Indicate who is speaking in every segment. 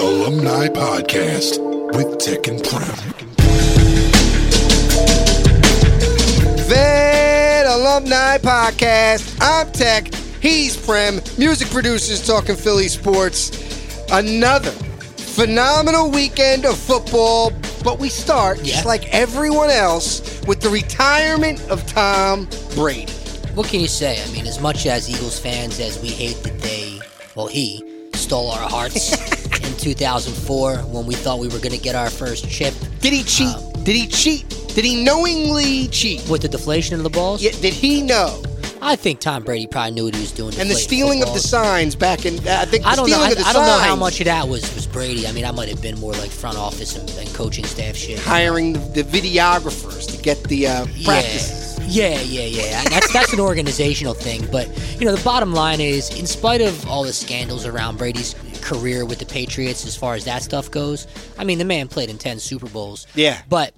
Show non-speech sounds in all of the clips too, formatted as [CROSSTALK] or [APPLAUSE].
Speaker 1: Alumni Podcast with Tech and Prem.
Speaker 2: Vet Alumni Podcast. I'm Tech. He's Prem. Music producers talking Philly sports. Another phenomenal weekend of football, but we start just
Speaker 3: Yeah.
Speaker 2: like everyone else with the retirement of Tom Brady.
Speaker 3: What can you say? I mean, as much as Eagles fans as we hate that they, well, he stole our
Speaker 2: [LAUGHS]
Speaker 3: hearts in 2004 when we thought we were going to get our first chip
Speaker 2: Did he cheat?
Speaker 3: Um,
Speaker 2: Did he cheat? Did he knowingly cheat?
Speaker 3: with the deflation of the balls.
Speaker 2: Yeah, did he know?
Speaker 3: I think Tom Brady probably knew what he was doing.
Speaker 2: And the
Speaker 3: deflating
Speaker 2: stealing of the
Speaker 3: footballs.
Speaker 2: signs back in, I think the
Speaker 3: I don't know.
Speaker 2: stealing
Speaker 3: I,
Speaker 2: of the
Speaker 3: I don't know how
Speaker 2: signs,
Speaker 3: much of that was was Brady. I mean, I might have been more like front office and, and coaching staff shit.
Speaker 2: Hiring the, the videographers to get the uh, practices.
Speaker 3: Yeah, yeah, yeah. yeah. That's that's an organizational thing. But you know, the bottom line is, in spite of all the scandals around Brady's career with the Patriots, as far as that stuff goes, I mean, the man played in ten Super Bowls.
Speaker 2: Yeah.
Speaker 3: but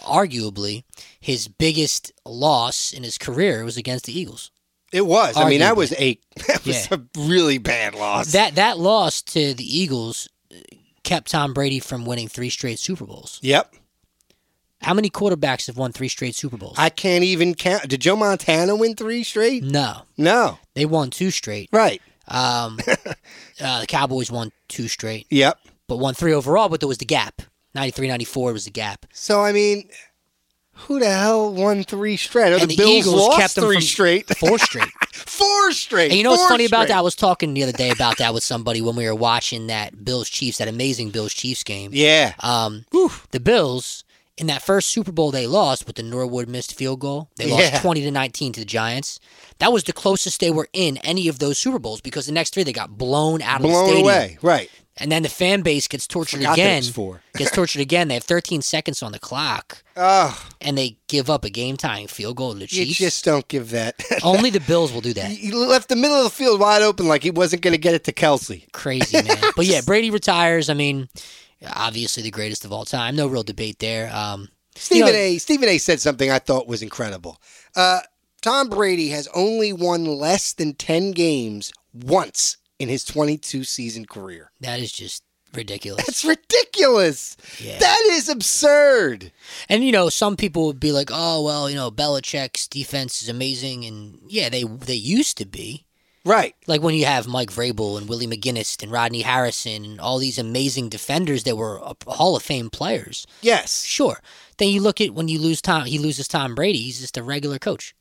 Speaker 3: arguably, his biggest loss in his career was against the Eagles.
Speaker 2: It was. I mean, that
Speaker 3: Arguably.
Speaker 2: was a [LAUGHS] that was
Speaker 3: Yeah.
Speaker 2: a really bad loss.
Speaker 3: That that loss to the Eagles uh, kept Tom Brady from winning three straight Super Bowls.
Speaker 2: yep.
Speaker 3: How many quarterbacks have won three straight Super Bowls?
Speaker 2: I can't even count. Did Joe Montana win three straight?
Speaker 3: no,
Speaker 2: No.
Speaker 3: they won two straight.
Speaker 2: Right.
Speaker 3: Um, uh, the Cowboys won two straight,
Speaker 2: Yep.
Speaker 3: but won three overall. But there was the gap. 93 94 was the gap.
Speaker 2: So I mean, who the hell won three straight? Oh,
Speaker 3: And
Speaker 2: the, Bills lost three
Speaker 3: from
Speaker 2: straight, [LAUGHS]
Speaker 3: [LAUGHS] Four straight.
Speaker 2: four straight.
Speaker 3: And you know what's
Speaker 2: four
Speaker 3: funny about
Speaker 2: straight.
Speaker 3: that? I was talking the other day about that with somebody when we were watching that Bills Chiefs, that amazing Bills Chiefs game.
Speaker 2: Yeah.
Speaker 3: Um, the Bills in that first Super Bowl they lost with the Norwood missed field goal. They
Speaker 2: Yeah.
Speaker 3: lost twenty to nineteen to the Giants. That was the closest they were in any of those Super Bowls because the next three they got blown out of the
Speaker 2: Blown
Speaker 3: stadium.
Speaker 2: away. Right.
Speaker 3: And then the fan base gets tortured
Speaker 2: Forgot there
Speaker 3: again.
Speaker 2: was four.
Speaker 3: gets tortured again. They have 13 seconds on the clock,
Speaker 2: Oh,
Speaker 3: and they give up a game tying field goal to the
Speaker 2: you
Speaker 3: Chiefs.
Speaker 2: just [LAUGHS] don't give that.
Speaker 3: Only the Bills will do that.
Speaker 2: He left the middle of the field wide open like he wasn't going to get it to Kelsey. [LAUGHS]
Speaker 3: Crazy man. But yeah, Brady retires. I mean, obviously the greatest of all time. No real debate there. Um, you know,
Speaker 2: Stephen A. Stephen A. said something I thought was incredible. Uh, Tom Brady has only won less than ten games once in his 22 season career.
Speaker 3: That is just ridiculous.
Speaker 2: That's ridiculous.
Speaker 3: Yeah.
Speaker 2: That is absurd.
Speaker 3: And you know, some people would be like, "Oh well, you know, Belichick's defense is amazing," and yeah, they they used to be.
Speaker 2: Right.
Speaker 3: Like when you have Mike Vrabel and Willie McGinnis and Rodney Harrison and all these amazing defenders that were uh, Hall of Fame players.
Speaker 2: Yes.
Speaker 3: Sure. Then you look at when you lose Tom, he loses Tom Brady. He's just a regular coach.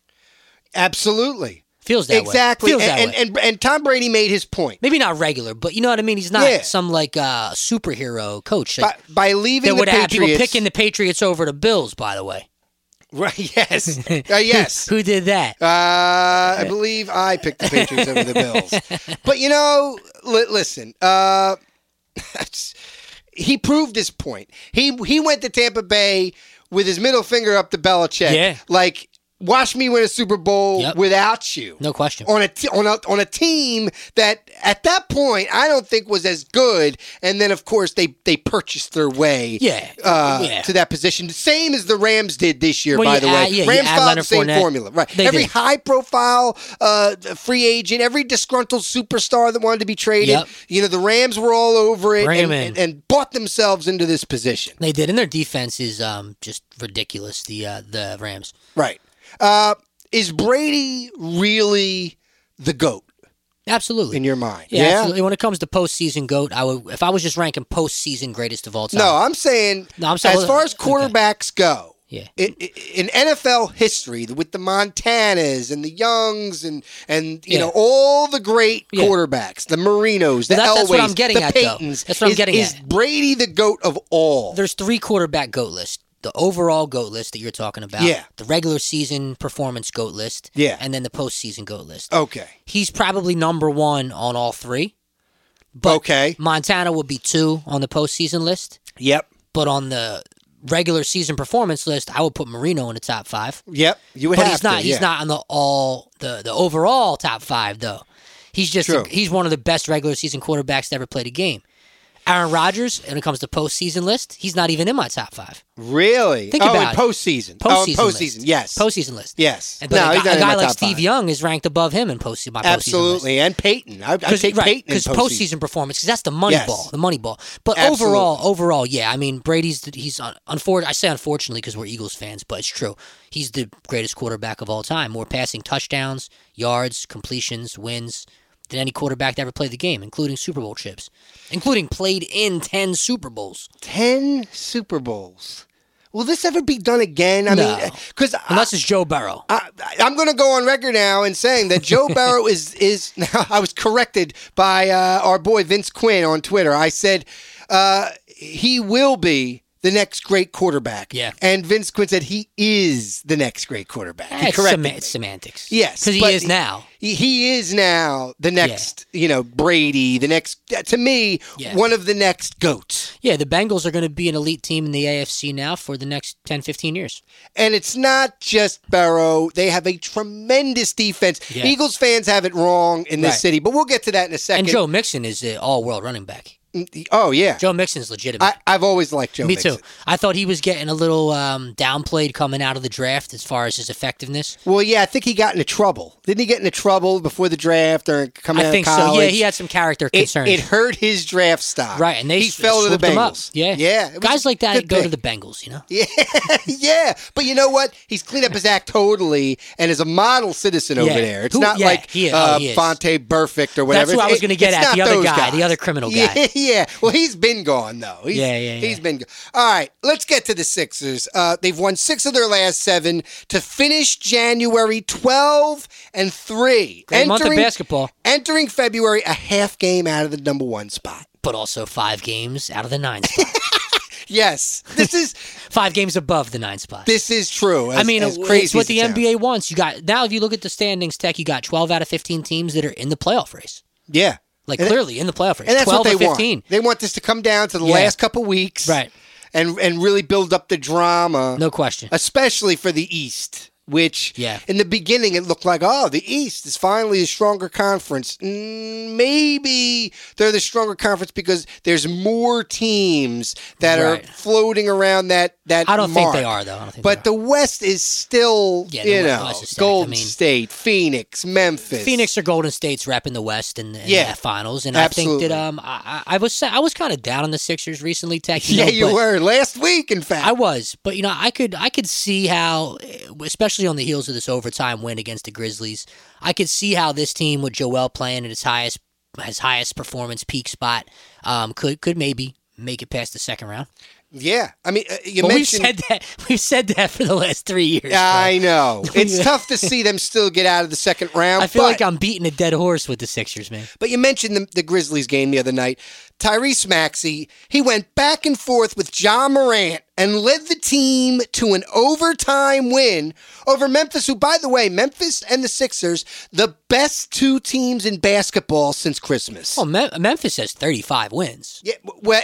Speaker 2: Absolutely.
Speaker 3: Feels that
Speaker 2: exactly.
Speaker 3: way. Feels that
Speaker 2: and,
Speaker 3: way.
Speaker 2: and, and and Tom Brady made his point
Speaker 3: Maybe not regular, but you know what I mean. He's not
Speaker 2: Yeah.
Speaker 3: some like uh, superhero coach.
Speaker 2: by,
Speaker 3: Like,
Speaker 2: by leaving
Speaker 3: that
Speaker 2: the
Speaker 3: would have people
Speaker 2: Patriots.
Speaker 3: picking the Patriots over the Bills. By the way,
Speaker 2: [LAUGHS] right. Yes.
Speaker 3: [LAUGHS]
Speaker 2: Uh, yes.
Speaker 3: who did that?
Speaker 2: Uh, I believe I picked the Patriots over the
Speaker 3: [LAUGHS]
Speaker 2: Bills. But you know, li- listen, uh, [LAUGHS] he proved his point. He he went to Tampa Bay with his middle finger up to Belichick.
Speaker 3: Yeah.
Speaker 2: Like, watch me win a Super Bowl
Speaker 3: Yep.
Speaker 2: without you.
Speaker 3: No question.
Speaker 2: On a, t- on, a, on a team that at that point I don't think was as good, and then of course they, they purchased their way
Speaker 3: Yeah.
Speaker 2: uh,
Speaker 3: Yeah.
Speaker 2: to that position. Same as the Rams did this year,
Speaker 3: Well,
Speaker 2: by
Speaker 3: you
Speaker 2: the way.
Speaker 3: add- yeah, you
Speaker 2: Rams followed
Speaker 3: add
Speaker 2: the
Speaker 3: Leonard
Speaker 2: same
Speaker 3: Fournette.
Speaker 2: formula. Right.
Speaker 3: They
Speaker 2: every
Speaker 3: did.
Speaker 2: high profile uh, free agent, every disgruntled superstar that wanted to be traded,
Speaker 3: Yep.
Speaker 2: you know, the Rams were all over it
Speaker 3: Bring
Speaker 2: and,
Speaker 3: 'em in.
Speaker 2: and, and bought themselves into this position.
Speaker 3: They did, and their defense is um just ridiculous. The uh, the Rams.
Speaker 2: Right. Uh, is Brady really the GOAT
Speaker 3: Absolutely.
Speaker 2: in your mind?
Speaker 3: yeah, absolutely. When it comes to postseason goat, I would if I was just ranking postseason greatest of all time.
Speaker 2: No, I'm saying
Speaker 3: No, I'm sorry.
Speaker 2: as far as quarterbacks go,
Speaker 3: Yeah.
Speaker 2: i i in NFL history, with the Montanas and the Youngs and and you
Speaker 3: Yeah.
Speaker 2: know all the great
Speaker 3: Yeah.
Speaker 2: quarterbacks, the Marinos, the
Speaker 3: Well, that-
Speaker 2: Elways,
Speaker 3: that's what I'm getting
Speaker 2: the
Speaker 3: at, though.
Speaker 2: Paytons,
Speaker 3: That's what I'm
Speaker 2: is,
Speaker 3: getting
Speaker 2: is
Speaker 3: at.
Speaker 2: Brady the goat of all?
Speaker 3: There's three quarterback goat list. The overall goat list that you're talking about.
Speaker 2: Yeah.
Speaker 3: The regular season performance goat list.
Speaker 2: Yeah. Oh.
Speaker 3: And then the postseason goat list.
Speaker 2: okay,
Speaker 3: He's probably number one on all three. But
Speaker 2: Okay.
Speaker 3: Montana would be two on the postseason list.
Speaker 2: yep,
Speaker 3: But on the regular season performance list, I would put Marino in the top five.
Speaker 2: yep. You would
Speaker 3: But
Speaker 2: have
Speaker 3: he's not.
Speaker 2: to,
Speaker 3: He's
Speaker 2: yeah.
Speaker 3: not on the all the the overall top five though. He's just
Speaker 2: True.
Speaker 3: he's one of the best regular season quarterbacks to ever played a game. Aaron Rodgers, when it comes to postseason list, he's not even in my top five.
Speaker 2: Really?
Speaker 3: Think
Speaker 2: oh,
Speaker 3: about
Speaker 2: in
Speaker 3: it.
Speaker 2: postseason. Oh,
Speaker 3: Postseason,
Speaker 2: postseason.
Speaker 3: list.
Speaker 2: Yes.
Speaker 3: Postseason list.
Speaker 2: Yes.
Speaker 3: And, but
Speaker 2: no,
Speaker 3: a
Speaker 2: he's
Speaker 3: guy,
Speaker 2: not
Speaker 3: a
Speaker 2: in
Speaker 3: guy
Speaker 2: my
Speaker 3: like
Speaker 2: top
Speaker 3: Steve
Speaker 2: five.
Speaker 3: Young is ranked above him in postseason. My postseason list.
Speaker 2: Absolutely, and Peyton. I, I take
Speaker 3: right,
Speaker 2: Peyton in
Speaker 3: because
Speaker 2: postseason.
Speaker 3: postseason performance, because that's the money
Speaker 2: Yes.
Speaker 3: ball, the money ball. But
Speaker 2: Absolutely.
Speaker 3: overall, overall, yeah, I mean Brady's the- he's un, unfor- I say unfortunately because we're Eagles fans, but it's true. He's the greatest quarterback of all time. More passing touchdowns, yards, completions, wins than any quarterback that ever played the game, including Super Bowl chips, including played in ten Super Bowls.
Speaker 2: Ten Super Bowls. Will this ever be done again? I
Speaker 3: No.
Speaker 2: mean, because
Speaker 3: Unless it's Joe Burrow.
Speaker 2: I, I'm going to go on record now and saying that
Speaker 3: [LAUGHS]
Speaker 2: Joe Burrow is is. [LAUGHS] Now I was corrected by uh, our boy Vince Quinn on Twitter. I said uh, he will be the next great quarterback.
Speaker 3: Yeah.
Speaker 2: and Vince Quinn said he is the next great quarterback. He
Speaker 3: it's
Speaker 2: corrected
Speaker 3: sema-
Speaker 2: me.
Speaker 3: it's semantics.
Speaker 2: Yes,
Speaker 3: because he
Speaker 2: but
Speaker 3: is now.
Speaker 2: He, he is now the next, you know, Brady. The next, to me,
Speaker 3: Yeah.
Speaker 2: one of the next goats.
Speaker 3: Yeah, the Bengals are going to be an elite team in the AFC now for the next 10, 15 years.
Speaker 2: And it's not just Burrow. They have a tremendous defense.
Speaker 3: Yeah.
Speaker 2: Eagles fans have it wrong in this
Speaker 3: Right.
Speaker 2: city, but we'll get to that in a second.
Speaker 3: And Joe Mixon is an all-world running back.
Speaker 2: Oh, yeah.
Speaker 3: Joe Mixon's legitimate.
Speaker 2: I, I've always liked Joe
Speaker 3: Me
Speaker 2: Mixon.
Speaker 3: too. I thought he was getting a little um, downplayed coming out of the draft as far as his effectiveness.
Speaker 2: Well, yeah, I think he got into trouble. Didn't he get into trouble before the draft or coming out
Speaker 3: I
Speaker 2: of
Speaker 3: think
Speaker 2: college?
Speaker 3: so. Yeah, he had some character
Speaker 2: it,
Speaker 3: concerns.
Speaker 2: it hurt his draft stock.
Speaker 3: right, and they
Speaker 2: he
Speaker 3: s-
Speaker 2: fell to the
Speaker 3: swooped him up.
Speaker 2: Bengals.
Speaker 3: Yeah,
Speaker 2: yeah. it was
Speaker 3: Guys
Speaker 2: a
Speaker 3: like that
Speaker 2: good
Speaker 3: go
Speaker 2: pick.
Speaker 3: to the Bengals. You know,
Speaker 2: Yeah, yeah. But you know what? He's cleaned up his act totally and is a model citizen over
Speaker 3: Yeah.
Speaker 2: there. It's
Speaker 3: Who-
Speaker 2: not
Speaker 3: yeah,
Speaker 2: like
Speaker 3: he is. Oh,
Speaker 2: uh,
Speaker 3: he is.
Speaker 2: Fonte Perfect or whatever.
Speaker 3: That's what I
Speaker 2: It's-
Speaker 3: was gonna get
Speaker 2: it's
Speaker 3: at,
Speaker 2: not
Speaker 3: the other
Speaker 2: those
Speaker 3: guy, the
Speaker 2: guys.
Speaker 3: other criminal
Speaker 2: Yeah, [LAUGHS]
Speaker 3: guy.
Speaker 2: Yeah. Well, he's been gone, though. He's,
Speaker 3: Yeah, yeah,
Speaker 2: He's
Speaker 3: yeah.
Speaker 2: been gone. All right, let's get to the Sixers. Uh, they've won six of their last seven to finish January 12 and 3.
Speaker 3: Great month of basketball.
Speaker 2: Entering February, a half game out of the number one spot.
Speaker 3: but also five games out of the nine
Speaker 2: [LAUGHS]
Speaker 3: spot,
Speaker 2: Yes, this is
Speaker 3: five games above the nine spot.
Speaker 2: this is true.
Speaker 3: I
Speaker 2: as-
Speaker 3: mean,
Speaker 2: as
Speaker 3: it-
Speaker 2: crazy
Speaker 3: it's what
Speaker 2: as it
Speaker 3: the
Speaker 2: sounds.
Speaker 3: NBA wants. You got now. If you look at the standings, Tech, you got twelve out of fifteen teams that are in the playoff race.
Speaker 2: Yeah,
Speaker 3: Like
Speaker 2: And-
Speaker 3: clearly in the playoff race,
Speaker 2: and that's what
Speaker 3: twelve
Speaker 2: they
Speaker 3: or fifteen.
Speaker 2: want. They want this to come down to the
Speaker 3: Yeah.
Speaker 2: last couple weeks,
Speaker 3: Right.
Speaker 2: And and really build up the drama,
Speaker 3: No question.
Speaker 2: especially for the East, which
Speaker 3: Yeah.
Speaker 2: in the beginning it looked like oh the East is finally a stronger conference. Mm, maybe they're the stronger conference because there's more teams that
Speaker 3: Right.
Speaker 2: are floating around that that.
Speaker 3: I don't think they
Speaker 2: mark.
Speaker 3: are though. I don't think
Speaker 2: But
Speaker 3: they
Speaker 2: the West is still,
Speaker 3: Yeah, the
Speaker 2: you
Speaker 3: West-
Speaker 2: know,
Speaker 3: West is stacked. I
Speaker 2: Golden
Speaker 3: mean-
Speaker 2: State, Phoenix, Memphis,
Speaker 3: Phoenix or Golden State's repping the West in, the- in
Speaker 2: Yeah.
Speaker 3: the finals, and I think
Speaker 2: Absolutely.
Speaker 3: that um I, I I was I was kind of down on the Sixers recently. Tech,
Speaker 2: Yeah,
Speaker 3: know,
Speaker 2: you
Speaker 3: but
Speaker 2: were last week. In fact,
Speaker 3: I was, but you know, I could I could see how, especially on the heels of this overtime win against the Grizzlies, I could see how this team with Joel playing at his highest his highest performance peak spot um could could maybe make it past the second round.
Speaker 2: Yeah, I mean, uh, you
Speaker 3: But we've
Speaker 2: mentioned.
Speaker 3: said that [LAUGHS] we've said that for the last three years.
Speaker 2: I
Speaker 3: bro. [LAUGHS]
Speaker 2: know it's tough to see them still get out of the second round.
Speaker 3: I feel
Speaker 2: but,
Speaker 3: like I'm beating a dead horse with the Sixers, man.
Speaker 2: But you mentioned the, the Grizzlies game the other night. Tyrese Maxey he went back and forth with John Morant and led the team to an overtime win over Memphis. Who, by the way, Memphis and the Sixers, the best two teams in basketball since Christmas.
Speaker 3: Oh, Mem- Memphis has 35 wins.
Speaker 2: Yeah, w- well,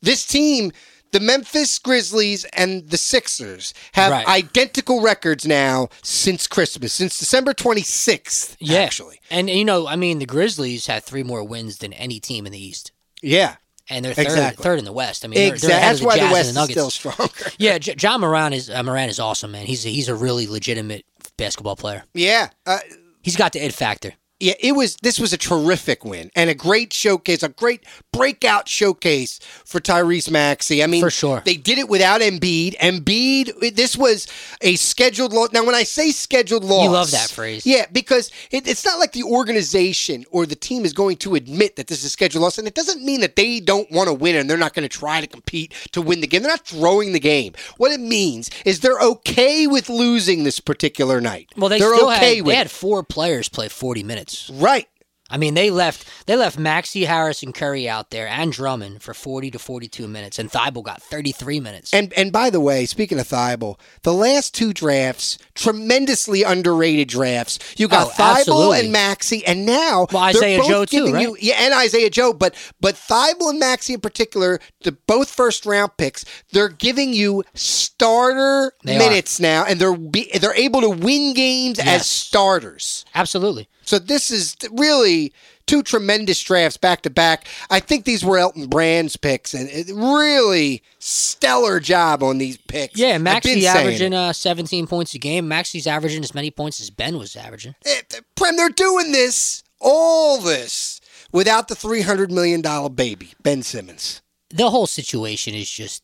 Speaker 2: this team, the Memphis Grizzlies and the Sixers, have
Speaker 3: Right.
Speaker 2: identical records now since Christmas, since December 26th,
Speaker 3: Yeah.
Speaker 2: actually.
Speaker 3: And, and, you know, I mean, the Grizzlies have three more wins than any team in the East,
Speaker 2: Yeah.
Speaker 3: and they're third,
Speaker 2: Exactly.
Speaker 3: third in the West. I mean, they're,
Speaker 2: Exactly.
Speaker 3: they're ahead
Speaker 2: That's
Speaker 3: of the
Speaker 2: why
Speaker 3: Jazz
Speaker 2: the West
Speaker 3: and
Speaker 2: is
Speaker 3: the Nuggets.
Speaker 2: still stronger. [LAUGHS]
Speaker 3: yeah, J- John Moran is uh, Moran is awesome, man. He's a, he's a really legitimate basketball player.
Speaker 2: yeah. Uh,
Speaker 3: He's got the it factor.
Speaker 2: yeah, it was this was a terrific win and a great showcase, a great breakout showcase for Tyrese Maxey. I mean,
Speaker 3: For sure.
Speaker 2: they did it without Embiid. Embiid, this was a scheduled loss. Now, when I say scheduled loss,
Speaker 3: love that phrase.
Speaker 2: yeah, because it, it's not like the organization or the team is going to admit that this is a scheduled loss, and it doesn't mean that they don't want to win and they're not going to try to compete to win the game. They're not throwing the game. What it means is they're okay with losing this particular night.
Speaker 3: Well, they
Speaker 2: are
Speaker 3: still
Speaker 2: okay
Speaker 3: had
Speaker 2: with
Speaker 3: they
Speaker 2: it.
Speaker 3: had four players play 40 minutes.
Speaker 2: right.
Speaker 3: I mean, they left they left Maxi Harris and Curry out there and Drummond for 40 to 42 minutes, and Thibault got 33 minutes.
Speaker 2: And and by the way, speaking of Thibault, the last two drafts, tremendously underrated drafts. You got
Speaker 3: Oh,
Speaker 2: Thibault
Speaker 3: absolutely.
Speaker 2: and Maxey, and now
Speaker 3: Well,
Speaker 2: they're
Speaker 3: Isaiah
Speaker 2: both
Speaker 3: Joe too,
Speaker 2: giving You, yeah, and Isaiah Joe, but but Thibault and Maxey in particular, the both first round picks, they're giving you starter
Speaker 3: They are.
Speaker 2: minutes now, and they're be, they're able to win games as
Speaker 3: Yes.
Speaker 2: starters.
Speaker 3: Absolutely.
Speaker 2: So this is really two tremendous drafts back to back. I think these were Elton Brand's picks, and it really stellar job on these picks.
Speaker 3: Yeah,
Speaker 2: I've been
Speaker 3: Maxi's
Speaker 2: saying
Speaker 3: averaging
Speaker 2: it.
Speaker 3: uh, 17 points a game. Maxi's averaging as many points as Ben was averaging.
Speaker 2: Eh, Prem, they're doing this, all this, without the three hundred million dollar baby, Ben Simmons. [LAUGHS]
Speaker 3: The whole situation is just.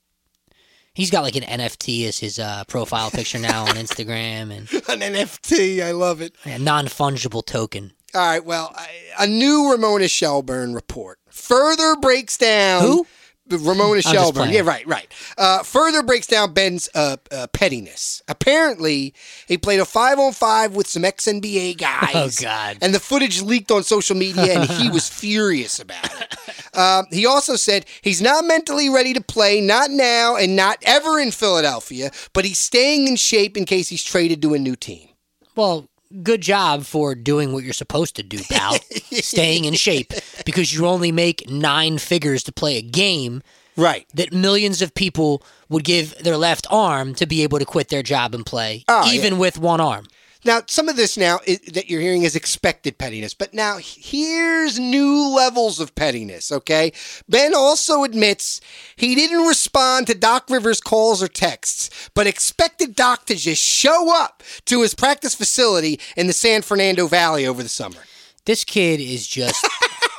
Speaker 3: He's got like an NFT as his uh, profile picture
Speaker 2: [LAUGHS]
Speaker 3: now on Instagram and
Speaker 2: An NFT, I love it.
Speaker 3: a non fungible token.
Speaker 2: All right, well, I- a new Ramona Shelburne report further breaks down
Speaker 3: Who?
Speaker 2: B- Ramona
Speaker 3: just
Speaker 2: Shelburne.
Speaker 3: playing.
Speaker 2: Yeah, right, right. Uh, further breaks down Ben's uh, uh, pettiness. Apparently, he played a five on five with some ex
Speaker 3: [LAUGHS]
Speaker 2: NBA guys.
Speaker 3: Oh, God.
Speaker 2: And the footage leaked on social media, and he
Speaker 3: [LAUGHS]
Speaker 2: was furious about it. Um, he also said he's not mentally ready to play, not now, and not ever in Philadelphia. But he's staying in shape in case he's traded to a new team.
Speaker 3: Well, good job for doing what you're supposed to do,
Speaker 2: [LAUGHS]
Speaker 3: pal. Staying in shape because you only make nine figures to play a game
Speaker 2: Right.
Speaker 3: that millions of people would give their left arm to be able to quit their job and play,
Speaker 2: Oh,
Speaker 3: even with one arm.
Speaker 2: Now, some of this now i that you're hearing is expected pettiness, but now here's new levels of pettiness, okay? Ben also admits he didn't respond to Doc Rivers' calls or texts, but expected Doc to just show up to his practice facility in the San Fernando Valley over the summer.
Speaker 3: This kid is
Speaker 2: [LAUGHS]
Speaker 3: just,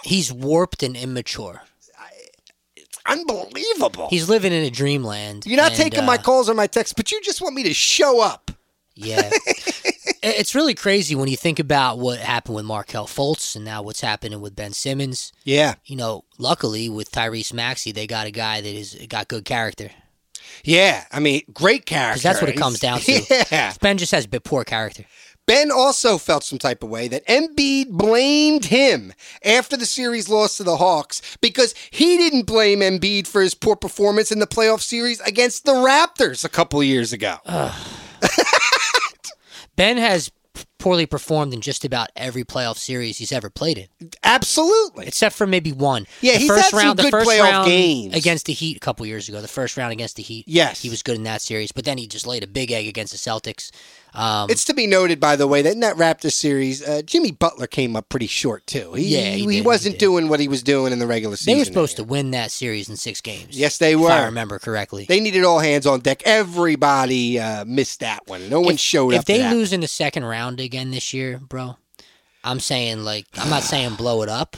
Speaker 3: he's warped and immature.
Speaker 2: It's unbelievable.
Speaker 3: He's living in a dreamland.
Speaker 2: you're not
Speaker 3: and,
Speaker 2: taking my
Speaker 3: uh,
Speaker 2: calls or my texts, but you just want me to show up.
Speaker 3: Yeah.
Speaker 2: [LAUGHS]
Speaker 3: I- it's really crazy when you think about what happened with Markel Fultz and now what's happening with Ben Simmons.
Speaker 2: Yeah.
Speaker 3: You know, luckily with Tyrese Maxey, they got a guy that is got good character.
Speaker 2: Yeah. I mean, great character.
Speaker 3: Because that's what it comes down to.
Speaker 2: [LAUGHS] Yeah.
Speaker 3: Ben just has a bit poor character.
Speaker 2: Ben also felt some type of way that Embiid blamed him after the series loss to the Hawks because he didn't blame Embiid for his poor performance in the playoff series against the Raptors a couple years ago.
Speaker 3: Ben has p- poorly performed in just about every playoff series he's ever played in,
Speaker 2: Absolutely.
Speaker 3: except for maybe one.
Speaker 2: Yeah,
Speaker 3: the
Speaker 2: he's
Speaker 3: first
Speaker 2: had some
Speaker 3: round, the
Speaker 2: good
Speaker 3: first
Speaker 2: playoff
Speaker 3: round
Speaker 2: games.
Speaker 3: against the Heat a couple years ago. The first round against the Heat,
Speaker 2: Yes.
Speaker 3: he was good in that series, but then he just laid a big egg against the Celtics. Um,
Speaker 2: It's to be noted, by the way, that in that Raptors series, uh, Jimmy Butler came up pretty short too. He,
Speaker 3: Yeah, he
Speaker 2: he,
Speaker 3: did, he
Speaker 2: wasn't
Speaker 3: did.
Speaker 2: doing what he was doing in the regular season.
Speaker 3: they were supposed to win that series in six games.
Speaker 2: Yes, they
Speaker 3: if I
Speaker 2: were.
Speaker 3: remember correctly.
Speaker 2: They needed all hands on deck. Everybody uh, missed that one. No one showed
Speaker 3: if
Speaker 2: up. to
Speaker 3: they
Speaker 2: that.
Speaker 3: lose in the second round again this year, bro, I'm saying like I'm not saying blow it up,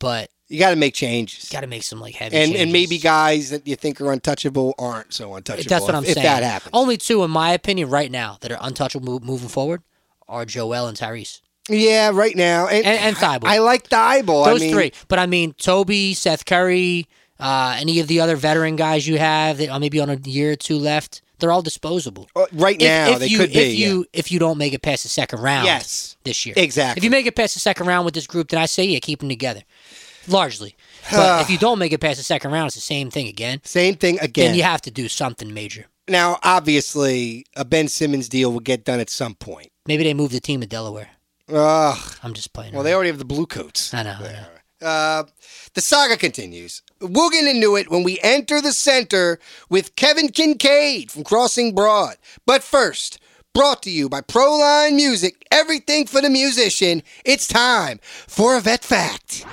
Speaker 3: but
Speaker 2: you got to make changes.
Speaker 3: got to make some like heavy
Speaker 2: and and
Speaker 3: changes.
Speaker 2: maybe guys that you think are untouchable aren't so untouchable.
Speaker 3: That's what
Speaker 2: if-
Speaker 3: I'm
Speaker 2: if
Speaker 3: saying. Oh.
Speaker 2: that happens,
Speaker 3: Only two, in my opinion, right now that are untouchable mo- moving forward are Joel and Tyrese
Speaker 2: yeah, right now, and,
Speaker 3: and, and Thibault.
Speaker 2: I like Thibault.
Speaker 3: Those
Speaker 2: I mean,
Speaker 3: three. But I mean, Toby, Seth Curry, uh, any of the other veteran guys you have that are maybe on a year or two left, they're all disposable.
Speaker 2: uh, right
Speaker 3: If-
Speaker 2: now
Speaker 3: if,
Speaker 2: they
Speaker 3: you
Speaker 2: could be.
Speaker 3: if you if you don't make it past the second round,
Speaker 2: Yes.
Speaker 3: this year,
Speaker 2: Exactly.
Speaker 3: If you make it past the second round with this group, then I say yeah, keep them together, largely.
Speaker 2: [SIGHS]
Speaker 3: But if you don't make it past the second round, it's the same thing again.
Speaker 2: yeah. Same thing
Speaker 3: Then
Speaker 2: again.
Speaker 3: you have to do something major.
Speaker 2: now, obviously, a Ben Simmons deal will get done at some point.
Speaker 3: Maybe they move the team to Delaware.
Speaker 2: Ugh.
Speaker 3: I'm just playing.
Speaker 2: Well,
Speaker 3: around.
Speaker 2: they already have the blue coats.
Speaker 3: I know. I know.
Speaker 2: Uh, the saga continues. We'll get into it when we enter the center with Kevin Kincaid from Crossing Broad. But first, brought to you by Proline Music, everything for the musician, it's time for a vet fact.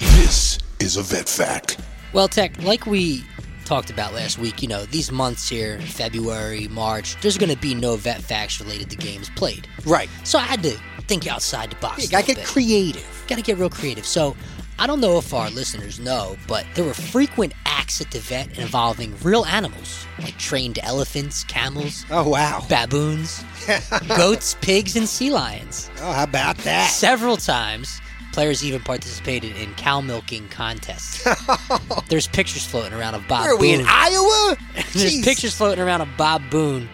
Speaker 1: This is a vet fact.
Speaker 3: Well, Tech, like we talked about last week, you know, these months here, February, March, there's going to be no vet facts related to games played.
Speaker 2: Right.
Speaker 3: So I had to think outside the box.
Speaker 2: I get creative.
Speaker 3: Got to get real creative. So I don't know if our listeners know, but there were frequent acts at the vet involving real animals, like trained elephants, camels,
Speaker 2: Oh, wow.
Speaker 3: baboons, goats, pigs, and sea lions.
Speaker 2: Oh, how about that?
Speaker 3: Several times, players even participated in cow milking contests. There's pictures floating around of Bob
Speaker 2: Where are we
Speaker 3: Boone. Ah,
Speaker 2: in
Speaker 3: [LAUGHS]
Speaker 2: Iowa?
Speaker 3: There's
Speaker 2: Jeez.
Speaker 3: pictures floating around of Bob Boone.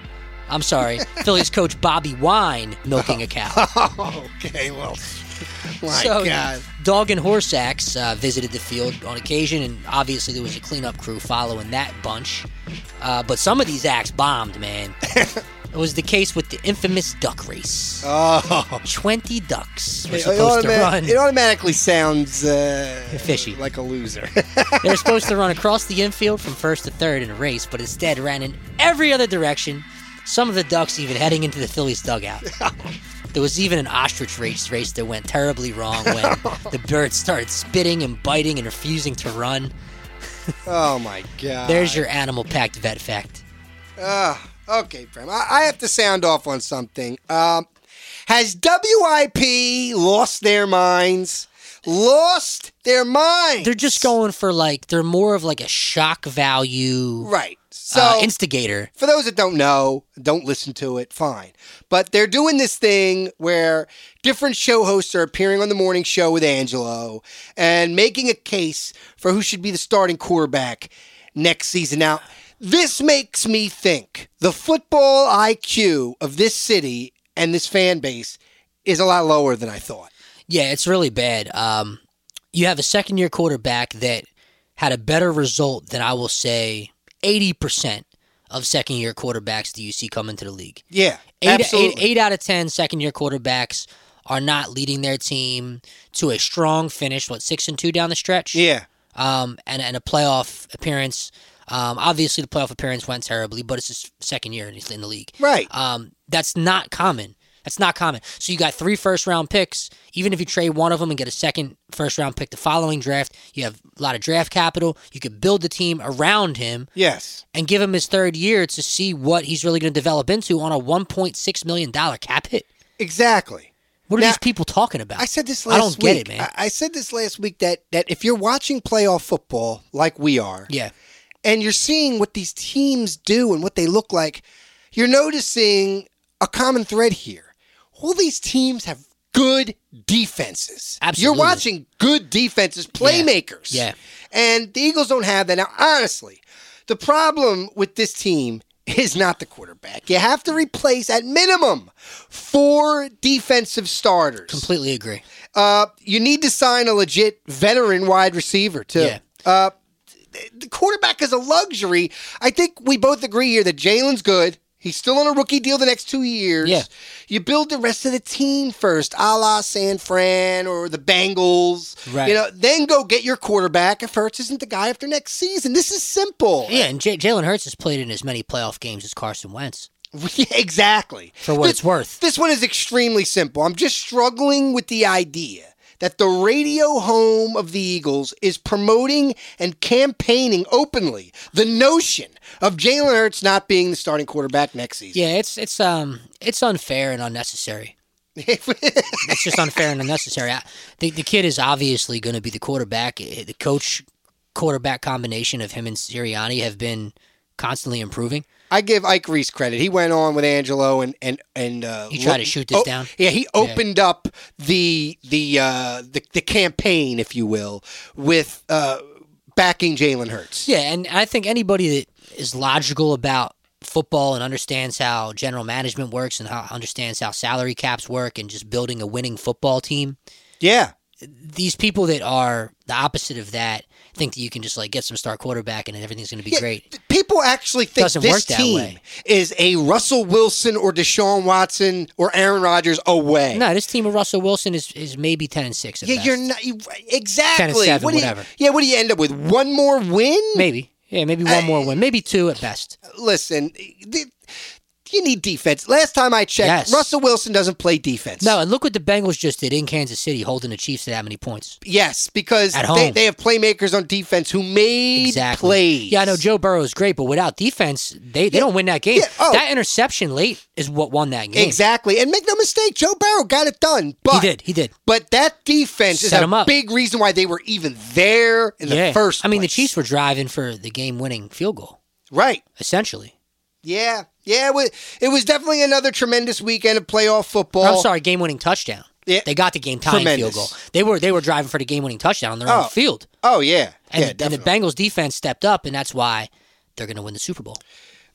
Speaker 3: I'm sorry, Phillies coach Bobby Wine milking a cow.
Speaker 2: [LAUGHS] okay, well, [LAUGHS] my
Speaker 3: so,
Speaker 2: God.
Speaker 3: dog and horse acts uh, visited the field on occasion, and obviously there was a cleanup crew following that bunch. Uh, but some of these acts bombed,
Speaker 2: [LAUGHS]
Speaker 3: man. it was the case with the infamous duck race.
Speaker 2: Oh.
Speaker 3: 20 ducks were
Speaker 2: It,
Speaker 3: supposed to
Speaker 2: automa-
Speaker 3: run.
Speaker 2: it automatically sounds uh,
Speaker 3: Fishy.
Speaker 2: like a loser. [LAUGHS]
Speaker 3: they were supposed to run across the infield from first to third in a race, but
Speaker 2: [LAUGHS]
Speaker 3: instead ran in every other direction. Some of the ducks even heading into the Phillies dugout. There was even an ostrich race race that went terribly
Speaker 2: [LAUGHS]
Speaker 3: wrong when the bird started spitting and biting and refusing to run.
Speaker 2: Oh my god.
Speaker 3: There's your animal packed vet fact.
Speaker 2: Uh, okay, Prem. I, I have to sound off on something. Um, has WIP lost their minds? Lost their minds.
Speaker 3: They're just going for like they're more of like a shock value
Speaker 2: right. So
Speaker 3: uh, instigator.
Speaker 2: for those that don't know, don't listen to it, fine. But they're doing this thing where different show hosts are appearing on the morning show with Angelo and making a case for who should be the starting quarterback next season. Now, this makes me think the football IQ of this city and this fan base is a lot lower than I thought.
Speaker 3: Yeah, it's really bad. Um, you have a second year quarterback that had a better result than I will say 80% of second year quarterbacks that you see come into the league.
Speaker 2: Yeah,
Speaker 3: Eight, eight,
Speaker 2: absolutely.
Speaker 3: eight out of 10 second year quarterbacks are not leading their team to a strong finish, what, six and two down the stretch?
Speaker 2: Yeah,
Speaker 3: um, and, and a playoff appearance. Um, obviously, the playoff appearance went terribly, but it's his second year in the in the league.
Speaker 2: Right.
Speaker 3: Um, that's not common. That's not common. So you got three first round picks. Even if you trade one of them and get a second first round pick the following draft, you have a lot of draft capital. You could build the team around him
Speaker 2: yes.
Speaker 3: and give him his third year to see what he's really going to develop into on a $1.6 million cap hit.
Speaker 2: Exactly.
Speaker 3: What are
Speaker 2: Now-
Speaker 3: these people talking about?
Speaker 2: I said this
Speaker 3: I
Speaker 2: last
Speaker 3: don't get
Speaker 2: week.
Speaker 3: it, man.
Speaker 2: I, I said this last week that that if you're watching playoff football like we are,
Speaker 3: yeah.
Speaker 2: and you're seeing what these teams do and what they look like, you're noticing a common thread here. All these teams have good defenses.
Speaker 3: Absolutely.
Speaker 2: You're watching good defenses, playmakers.
Speaker 3: Yeah.
Speaker 2: And the Eagles don't have that. Now, honestly, the problem with this team is not the quarterback. You have to replace at minimum four defensive starters.
Speaker 3: Completely agree.
Speaker 2: Uh, you need to sign a legit veteran wide receiver too.
Speaker 3: Yeah.
Speaker 2: Uh, th- the quarterback is a luxury. I think we both agree here that Jalen's good. He's still on a rookie deal the next two years.
Speaker 3: Yeah.
Speaker 2: You build the rest of the team first, a la San Fran or the Bengals.
Speaker 3: Right.
Speaker 2: You know, then go get your quarterback if Hurts isn't the guy after next season. This is simple.
Speaker 3: Yeah, and J- Jalen Hurts has played in as many playoff games as Carson Wentz.
Speaker 2: [LAUGHS] Yeah, exactly.
Speaker 3: For what
Speaker 2: This-
Speaker 3: it's worth.
Speaker 2: This one is extremely simple. I'm just struggling with the idea that the radio home of the Eagles is promoting and campaigning openly the notion of Jalen Hurts not being the starting quarterback next season. [LAUGHS]
Speaker 3: Yeah, it's it's um it's unfair and unnecessary. It's just unfair and unnecessary. I, the, the kid is obviously going to be the quarterback. Eh, The coach quarterback combination of him and Sirianni have been constantly improving.
Speaker 2: I give Ike Reese credit. He went on with Angelo and and and uh,
Speaker 3: He tried to
Speaker 2: lo-
Speaker 3: shoot this down?
Speaker 2: Yeah, he opened up the the uh, the the campaign, if you will, with uh, backing Jalen Hurts.
Speaker 3: Yeah, and I think anybody that is logical about football and understands how general management works and how understands how salary caps work and just building a winning football team
Speaker 2: Yeah.
Speaker 3: these people that are the opposite of that think that you can just like get some star quarterback and everything's going to be
Speaker 2: Yeah,
Speaker 3: great.
Speaker 2: th- People actually think
Speaker 3: Doesn't
Speaker 2: this
Speaker 3: work that
Speaker 2: team
Speaker 3: way.
Speaker 2: is a Russell Wilson or Deshaun Watson or Aaron Rodgers away.
Speaker 3: No, this team of Russell Wilson is, is maybe ten and six. At
Speaker 2: yeah,
Speaker 3: best.
Speaker 2: you're not you, exactly.
Speaker 3: seven,
Speaker 2: what do you-
Speaker 3: whatever.
Speaker 2: yeah, what do you end up with? One more win?
Speaker 3: maybe yeah, maybe one more win, maybe two at best.
Speaker 2: Listen, th- you need defense. Last time I checked,
Speaker 3: Yes.
Speaker 2: Russell Wilson doesn't play defense.
Speaker 3: No, and look what the Bengals just did in Kansas City, holding the Chiefs to that many points.
Speaker 2: Yes, because
Speaker 3: At
Speaker 2: They,
Speaker 3: home.
Speaker 2: they have playmakers on defense who made
Speaker 3: Exactly.
Speaker 2: plays.
Speaker 3: Yeah, I know Joe Burrow is great, but without defense, they, they don't win that game.
Speaker 2: Yeah, oh.
Speaker 3: That interception late is what won that game.
Speaker 2: Exactly. And make no mistake, Joe Barrow got it done. But
Speaker 3: He did. He did.
Speaker 2: But that defense is
Speaker 3: Set
Speaker 2: a
Speaker 3: 'em up.
Speaker 2: big reason why they were even there in
Speaker 3: yeah.
Speaker 2: the first.
Speaker 3: I mean, the
Speaker 2: place.
Speaker 3: Chiefs were driving for the game-winning field goal,
Speaker 2: Right.
Speaker 3: essentially.
Speaker 2: Yeah. Yeah. It was, it was definitely another tremendous weekend of playoff football.
Speaker 3: I'm sorry, game-winning touchdown.
Speaker 2: Yeah.
Speaker 3: They got the game-tying field
Speaker 2: Tremendous.
Speaker 3: goal. They were they were driving for the game-winning touchdown on their own
Speaker 2: Oh.
Speaker 3: field.
Speaker 2: Oh yeah. yeah.
Speaker 3: And, the, and the
Speaker 2: definitely.
Speaker 3: Bengals defense stepped up, and that's why they're going to win the Super Bowl.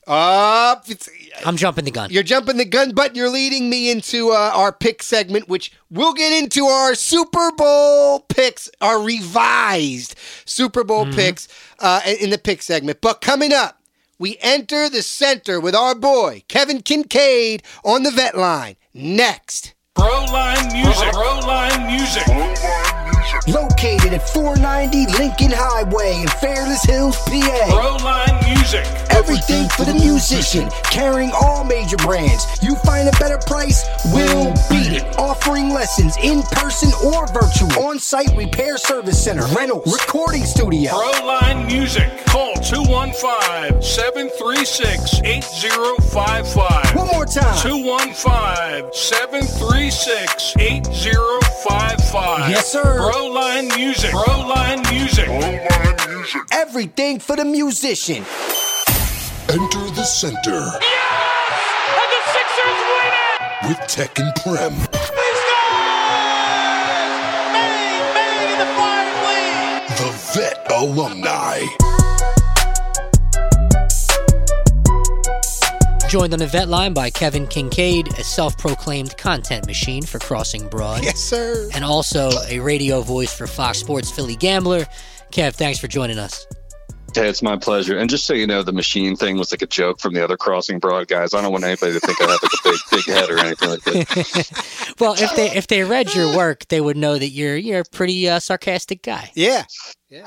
Speaker 2: Uh, it's-
Speaker 3: I'm jumping the gun.
Speaker 2: you're jumping the gun, but you're leading me into uh, our pick segment, which we'll get into our Super Bowl picks, our revised Super Bowl picks uh, in- in the pick segment. But coming up, we enter the center with our boy Kevin Kincaid on the vet line next.
Speaker 4: Bro line music. Bro line music. Bro line music.
Speaker 2: Located at 490 Lincoln Highway in Fairless Hills, PA.
Speaker 4: Pro Line Music.
Speaker 2: Everything for the musician, carrying all major brands. You find a better price, we'll beat it. Offering lessons in person or virtual. On site repair service center, rentals, recording studio.
Speaker 4: Pro Line Music. Call 215 736 8055.
Speaker 2: One more time.
Speaker 4: 215 736 8055.
Speaker 2: Yes, sir.
Speaker 4: Pro Line Music. Pro Line Music.
Speaker 2: Everything for the musician.
Speaker 1: Enter the center
Speaker 5: And the Sixers win it!
Speaker 1: with Tech and Prem.
Speaker 5: He scores! Manning, Manning in the Flyers lead!
Speaker 1: The Vet Alumni.
Speaker 3: Joined on the vet line by Kevin Kincaid, a self proclaimed content machine for Crossing Broad,
Speaker 2: Yes, sir.
Speaker 3: and also a radio voice for Fox Sports Philly Gambler. Kev, thanks for joining us.
Speaker 6: Hey, it's my pleasure. And just so you know, the machine thing was like a joke from the other crossing broad guys. I don't want anybody to think I have like a big, big head or anything like that.
Speaker 3: Well, if they if they read your work, they would know that you're you're a pretty uh, sarcastic guy.
Speaker 2: Yeah.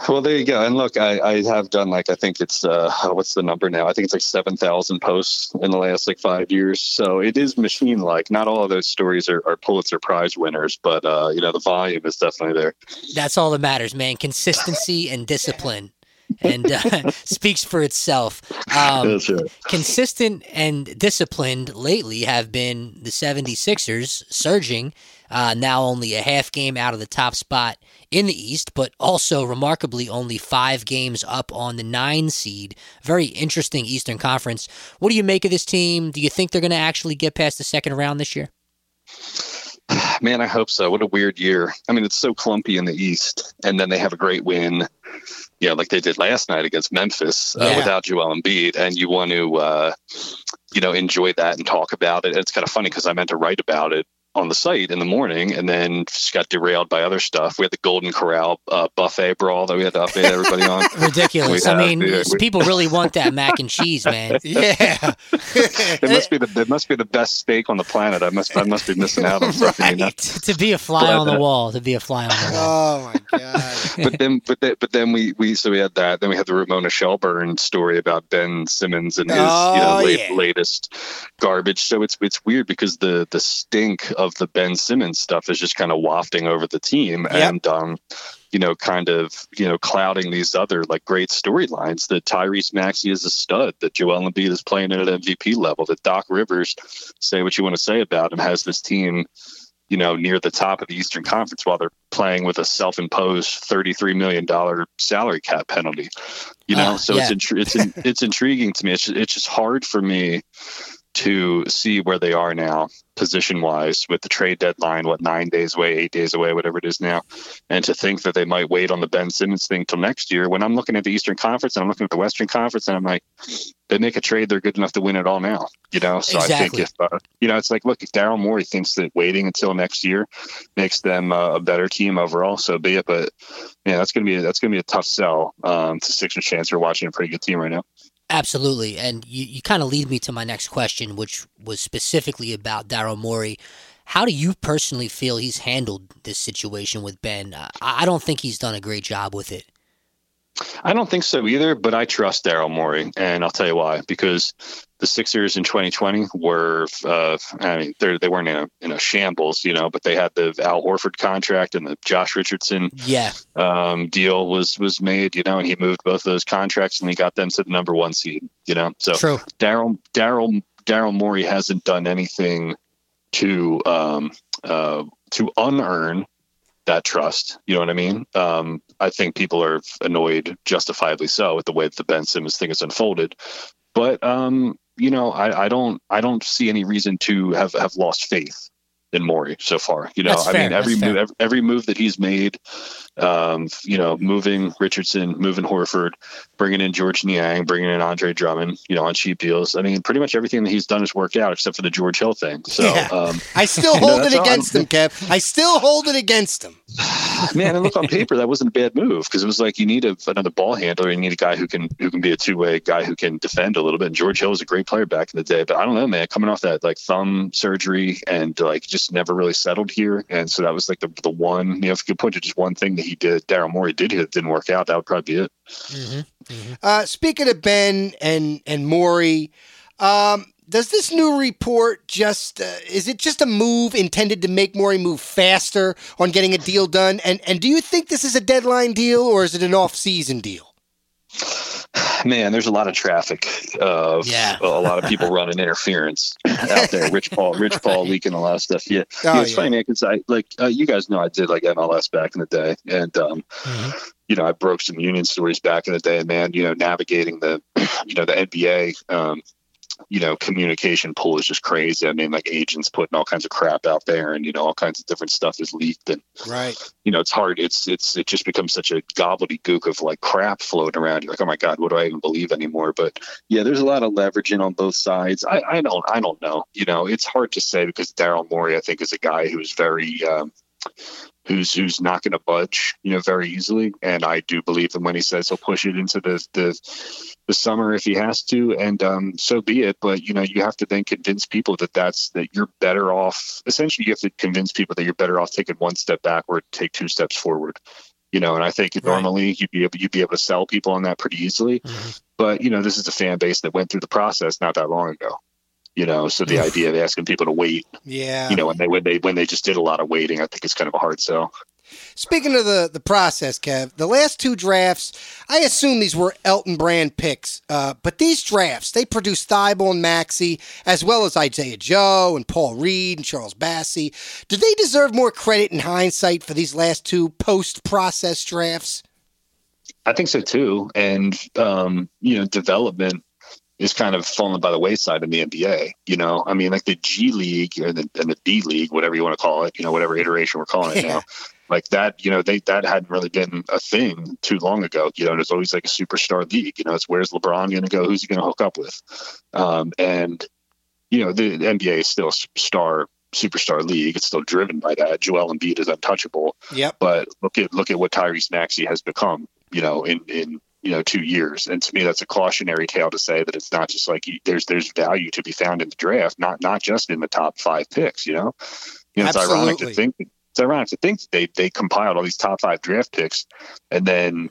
Speaker 6: Well, there you go. And look, I, I have done like I think it's uh, what's the number now? I think it's like seven thousand posts in the last like five years. So it is machine like. Not all of those stories are, are Pulitzer Prize winners, but uh, you know the volume is definitely there.
Speaker 3: That's all that matters, man. Consistency and discipline, and uh, [LAUGHS] speaks for itself. Um,
Speaker 6: That's right.
Speaker 3: consistent and disciplined lately have been the 76ers surging uh, now only a half game out of the top spot in the east but also remarkably only five games up on the nine seed very interesting eastern conference what do you make of this team do you think they're going to actually get past the second round this year
Speaker 6: Man, I hope so. What a weird year. I mean, it's so clumpy in the East, and then they have a great win, you know, like they did last night against Memphis uh,
Speaker 3: Yeah.
Speaker 6: without Joel Embiid, and you want to, uh, you know, enjoy that and talk about it. It's kind of funny because I meant to write about it on the site in the morning, and then just got derailed by other stuff. We had the Golden Corral uh, buffet brawl that we had to update everybody on.
Speaker 3: ridiculous
Speaker 6: [LAUGHS] We
Speaker 3: i
Speaker 6: have,
Speaker 3: mean
Speaker 6: yeah, we-
Speaker 3: people really want that mac and cheese
Speaker 6: [LAUGHS]
Speaker 3: man
Speaker 2: Yeah.
Speaker 6: It must be the it must be the best steak on the planet. I must I must be missing out on something. you know?
Speaker 3: to be a fly
Speaker 6: Glad
Speaker 3: on the
Speaker 6: that-
Speaker 3: wall to be a fly on the wall
Speaker 2: [LAUGHS] oh, my God.
Speaker 6: [LAUGHS] but then, but then, but then we we so we had that. Then we had the Ramona Shelburne story about Ben Simmons and his you know,
Speaker 2: Oh,
Speaker 6: late,
Speaker 2: yeah.
Speaker 6: latest garbage. So it's it's weird because the the stink of the Ben Simmons stuff is just kind of wafting over the team
Speaker 2: Yep.
Speaker 6: and um, you know, kind of you know, clouding these other like great storylines. That Tyrese Maxey is a stud. That Joel Embiid is playing at an MVP level. That Doc Rivers, say what you want to say about him, has this team you know, near the top of the Eastern Conference while they're playing with a self-imposed $33 million salary cap penalty. You know,
Speaker 3: Ah,
Speaker 6: so it's
Speaker 3: yeah.
Speaker 6: intri-
Speaker 3: [LAUGHS]
Speaker 6: it's in- it's intriguing to me. It's it's just hard for me to see where they are now, position-wise, with the trade deadline, what nine days away, eight days away, whatever it is now, and to think that they might wait on the Ben Simmons thing till next year. When I'm looking at the Eastern Conference and I'm looking at the Western Conference, and I'm like, they make a trade, they're good enough to win it all now. You know, so I think
Speaker 3: Exactly.
Speaker 6: if uh, you know, it's like look, if Daryl Morey thinks that waiting until next year makes them uh, a better team overall, so be it. But yeah, that's gonna be that's gonna be a tough sell um, to Sixers fans who are watching a pretty good team right now.
Speaker 3: Absolutely. And you, you kind of lead me to my next question, which was specifically about Daryl Morey. How do you personally feel he's handled this situation with Ben? I, I don't think he's done a great job with it.
Speaker 6: I don't think so either, but I trust Daryl Morey, and I'll tell you why. Because the Sixers in 2020 were, uh, I mean, they're- they weren't in a, in a shambles, you know, but they had the Al Horford contract and the Josh Richardson
Speaker 3: Yeah.
Speaker 6: um, deal was was made, you know, and he moved both of those contracts and he got them to the number one seed, you know. So
Speaker 3: True.
Speaker 6: Daryl Daryl Daryl Morey hasn't done anything to um, uh, to unearn that trust. You know what I mean? Um, I think people are annoyed, justifiably so, with the way that the Ben Simmons thing has unfolded. But um, you know, I, I don't I don't see any reason to have have lost faith in Morey so far. You know,
Speaker 3: That's
Speaker 6: I
Speaker 3: fair,
Speaker 6: mean, every
Speaker 3: that's fair.
Speaker 6: move every, every move that he's made, um, you know, moving Richardson, moving Horford, bringing in George Niang, bringing in Andre Drummond, you know, on cheap deals. I mean, pretty much everything that he's done has worked out except for the George Hill thing. So,
Speaker 2: Yeah.
Speaker 6: um, [LAUGHS]
Speaker 2: I still hold
Speaker 6: that's
Speaker 2: it
Speaker 6: all I'm-
Speaker 2: against him, Kev. I still hold it against him.
Speaker 6: man, and look on paper that wasn't a bad move because it was like you need a, another ball handler, you need a guy who can who can be a two way guy who can defend a little bit. And George Hill was a great player back in the day, but I don't know, man, coming off that like thumb surgery and like just never really settled here, and so that was like the the one you know if you could point to just one thing that he did, Daryl Morey did here that didn't work out, that would probably be it.
Speaker 2: Uh, speaking of Ben and and Maury, um, does this new report just uh, is it just a move intended to make Maury move faster on getting a deal done? And and do you think this is a deadline deal or is it an off season deal?
Speaker 6: man, there's a lot of traffic of
Speaker 3: Yeah.
Speaker 6: a lot of people running interference out there. Rich Paul, Rich Paul leaking a lot of stuff. Yeah,
Speaker 2: Oh,
Speaker 6: yeah it's
Speaker 2: yeah.
Speaker 6: funny, man, because I like uh, you guys know I did like MLS back in the day, and um, you know I broke some union stories back in the day, and man, you know navigating the you know the NBA. Um, you know, communication pool is just crazy. I mean, like agents putting all kinds of crap out there, and you know, all kinds of different stuff is leaked, and
Speaker 2: Right.
Speaker 6: you know, it's hard. It's it's it just becomes such a gobbledygook of like crap floating around. You're like, oh my god, what do I even believe anymore? But yeah, there's a lot of leveraging on both sides. I, I don't I don't know. You know, it's hard to say because Daryl Morey, I think, is a guy who's very um, who's who's not going to budge, you know, very easily. And I do believe him when he says he'll push it into the the, the summer if he has to, and um, so be it. But you know, you have to then convince people that that's that you're better off. Essentially, you have to convince people that you're better off taking one step backward, take two steps forward. You know, and I think normally you'd be able you'd be able to sell people on that pretty easily. But you know, this is a fan base that went through the process not that long ago. You know, so the idea of asking people to wait,
Speaker 2: Yeah.
Speaker 6: you know, when they when they when they just did a lot of waiting, I think it's kind of a hard sell.
Speaker 2: Speaking of the the process, Kev, the last two drafts, I assume these were Elton Brand picks, uh, but these drafts they produced Thibault and Maxey, as well as Isaiah Joe and Paul Reed and Charles Bassie. Do they deserve more credit in hindsight for these last two post process drafts?
Speaker 6: I think so too. And um, you know, development is kind of fallen by the wayside in the NBA. You know, I mean, like the G League or the and the D League, whatever you want to call it, you know, whatever iteration we're calling it now. Like that, you know, they that hadn't really been a thing too long ago. You know, there's always like a superstar league. You know, it's where's LeBron going to go? Who's he going to hook up with? Um, and you know, the, the NBA is still a star superstar league. It's still driven by that. Joel Embiid is untouchable
Speaker 2: Yep.
Speaker 6: but look at look at what Tyrese Maxey has become, you know, in in you know two years. And to me, that's a cautionary tale to say that it's not just like you- there's there's value to be found in the draft, not not just in the top five picks. You know, you know, it's ironic to
Speaker 2: Absolutely.
Speaker 6: think it's ironic to think that they they compiled all these top five draft picks, and then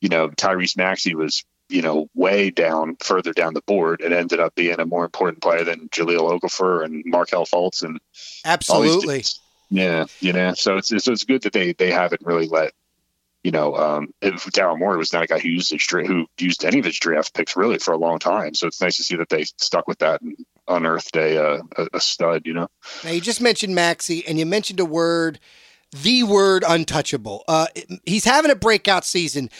Speaker 6: you know Tyrese Maxey was. You know, way down, further down the board, and ended up being a more important player than Jaleel Okafor and Markel Fultz and all these
Speaker 2: Absolutely.
Speaker 6: dudes. Yeah, you know. So it's so it's good that they they haven't really let you know um if Daryl Morey was not a guy who used his dra- who used any of his draft picks really for a long time. So it's nice to see that they stuck with that and unearthed a uh, a, a stud. You know,
Speaker 2: Now you just mentioned Maxi, and you mentioned a word, the word untouchable. Uh, he's having a breakout season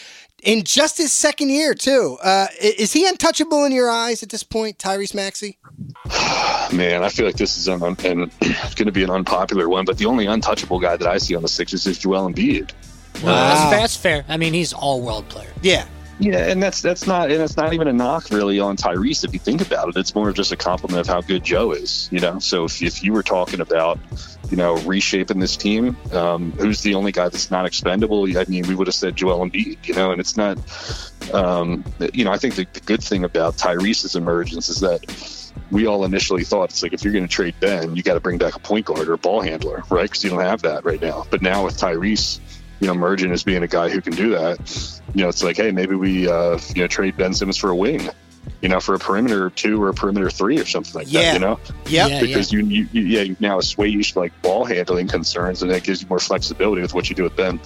Speaker 2: in just his second year too. Uh, i- is he untouchable in your eyes at this point, Tyrese Maxey?
Speaker 6: man, I feel like this is an, an [CLEARS THROAT] going to be an unpopular one, but the only untouchable guy that I see on the Sixers is Joel Embiid.
Speaker 3: That's,
Speaker 2: Wow.
Speaker 3: fair, that's fair. I mean, he's all world player.
Speaker 2: Yeah,
Speaker 6: Yeah, and that's that's not and it's not even a knock really on Tyrese if you think about it. It's more of just a compliment of how good Joe is, you know. So if, if you were talking about, you know, reshaping this team, um, who's the only guy that's not expendable? I mean, we would have said Joel Embiid, you know. And it's not, um, you know, I think the, the good thing about Tyrese's emergence is that we all initially thought it's like if you're going to trade Ben, you got to bring back a point guard or a ball handler, right? Because you don't have that right now. But now with Tyrese, you know, Mergen as being a guy who can do that, you know, it's like, hey, maybe we, uh, you know, trade Ben Simmons for a wing, you know, for a perimeter two or a perimeter three or something like
Speaker 2: Yeah.
Speaker 6: that, you know,
Speaker 2: yep.
Speaker 3: Yeah,
Speaker 6: because you, you, you, yeah, you've now assuaged like ball handling concerns, and that gives you more flexibility with what you do with Ben.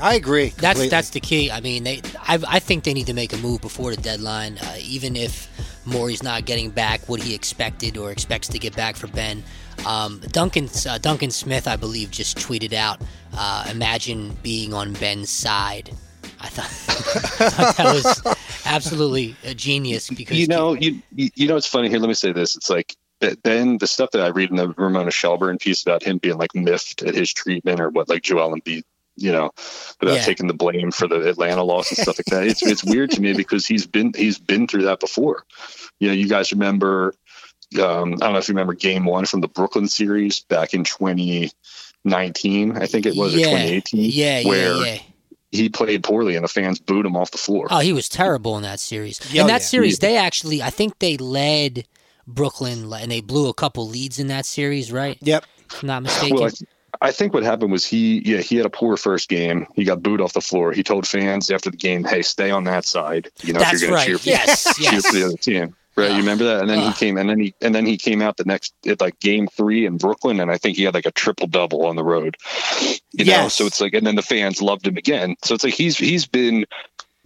Speaker 2: I agree.
Speaker 3: That's
Speaker 2: completely.
Speaker 3: that's the key. I mean, they. I, I think they need to make a move before the deadline, uh, even if Maury's not getting back what he expected or expects to get back for Ben. Um, Duncan uh, Duncan Smith, I believe, just tweeted out, uh, "Imagine being on Ben's side." I thought, I thought [LAUGHS] that was absolutely uh, genius because
Speaker 6: you know, you you you know, it's funny here. Let me say this: it's like that- then the stuff that I read in the Ramona Shelburne piece about him being like miffed at his treatment or what, like Joel Embiid, you know, about
Speaker 3: Yeah.
Speaker 6: taking the blame for the Atlanta loss and stuff like that. It's it's weird to me because he's been he's been through that before. You know, you guys remember. Um, I don't know if you remember Game One from the Brooklyn series back in twenty 19, I think it was,
Speaker 3: yeah.
Speaker 6: or 2018,
Speaker 3: Yeah, yeah,
Speaker 6: where
Speaker 3: yeah.
Speaker 6: he played poorly and the fans booed him off the floor.
Speaker 3: Oh, he was terrible in that series.
Speaker 2: Yeah,
Speaker 6: oh,
Speaker 3: in
Speaker 2: yeah.
Speaker 3: that series, they actually, I think they led Brooklyn le- and they blew a couple leads in that series, right?
Speaker 2: Yep.
Speaker 3: If I'm not mistaken.
Speaker 6: well, I, I think what happened was he, yeah, he had a poor first game. He got booed off the floor. He told fans after the game, "Hey, stay on that side. You know, if
Speaker 3: That's
Speaker 6: you're going
Speaker 3: right.
Speaker 6: to cheer for
Speaker 3: Yes,
Speaker 6: [LAUGHS] cheer
Speaker 3: yes.
Speaker 6: for the other team. Right, you
Speaker 3: Ugh.
Speaker 6: remember that? And then he
Speaker 3: Ugh.
Speaker 6: came, and then he and then he came out the next at like game three in Brooklyn, and I think he had like a triple double on the road. You know,
Speaker 2: Yes.
Speaker 6: so it's like, and then the fans loved him again. So it's like he's he's been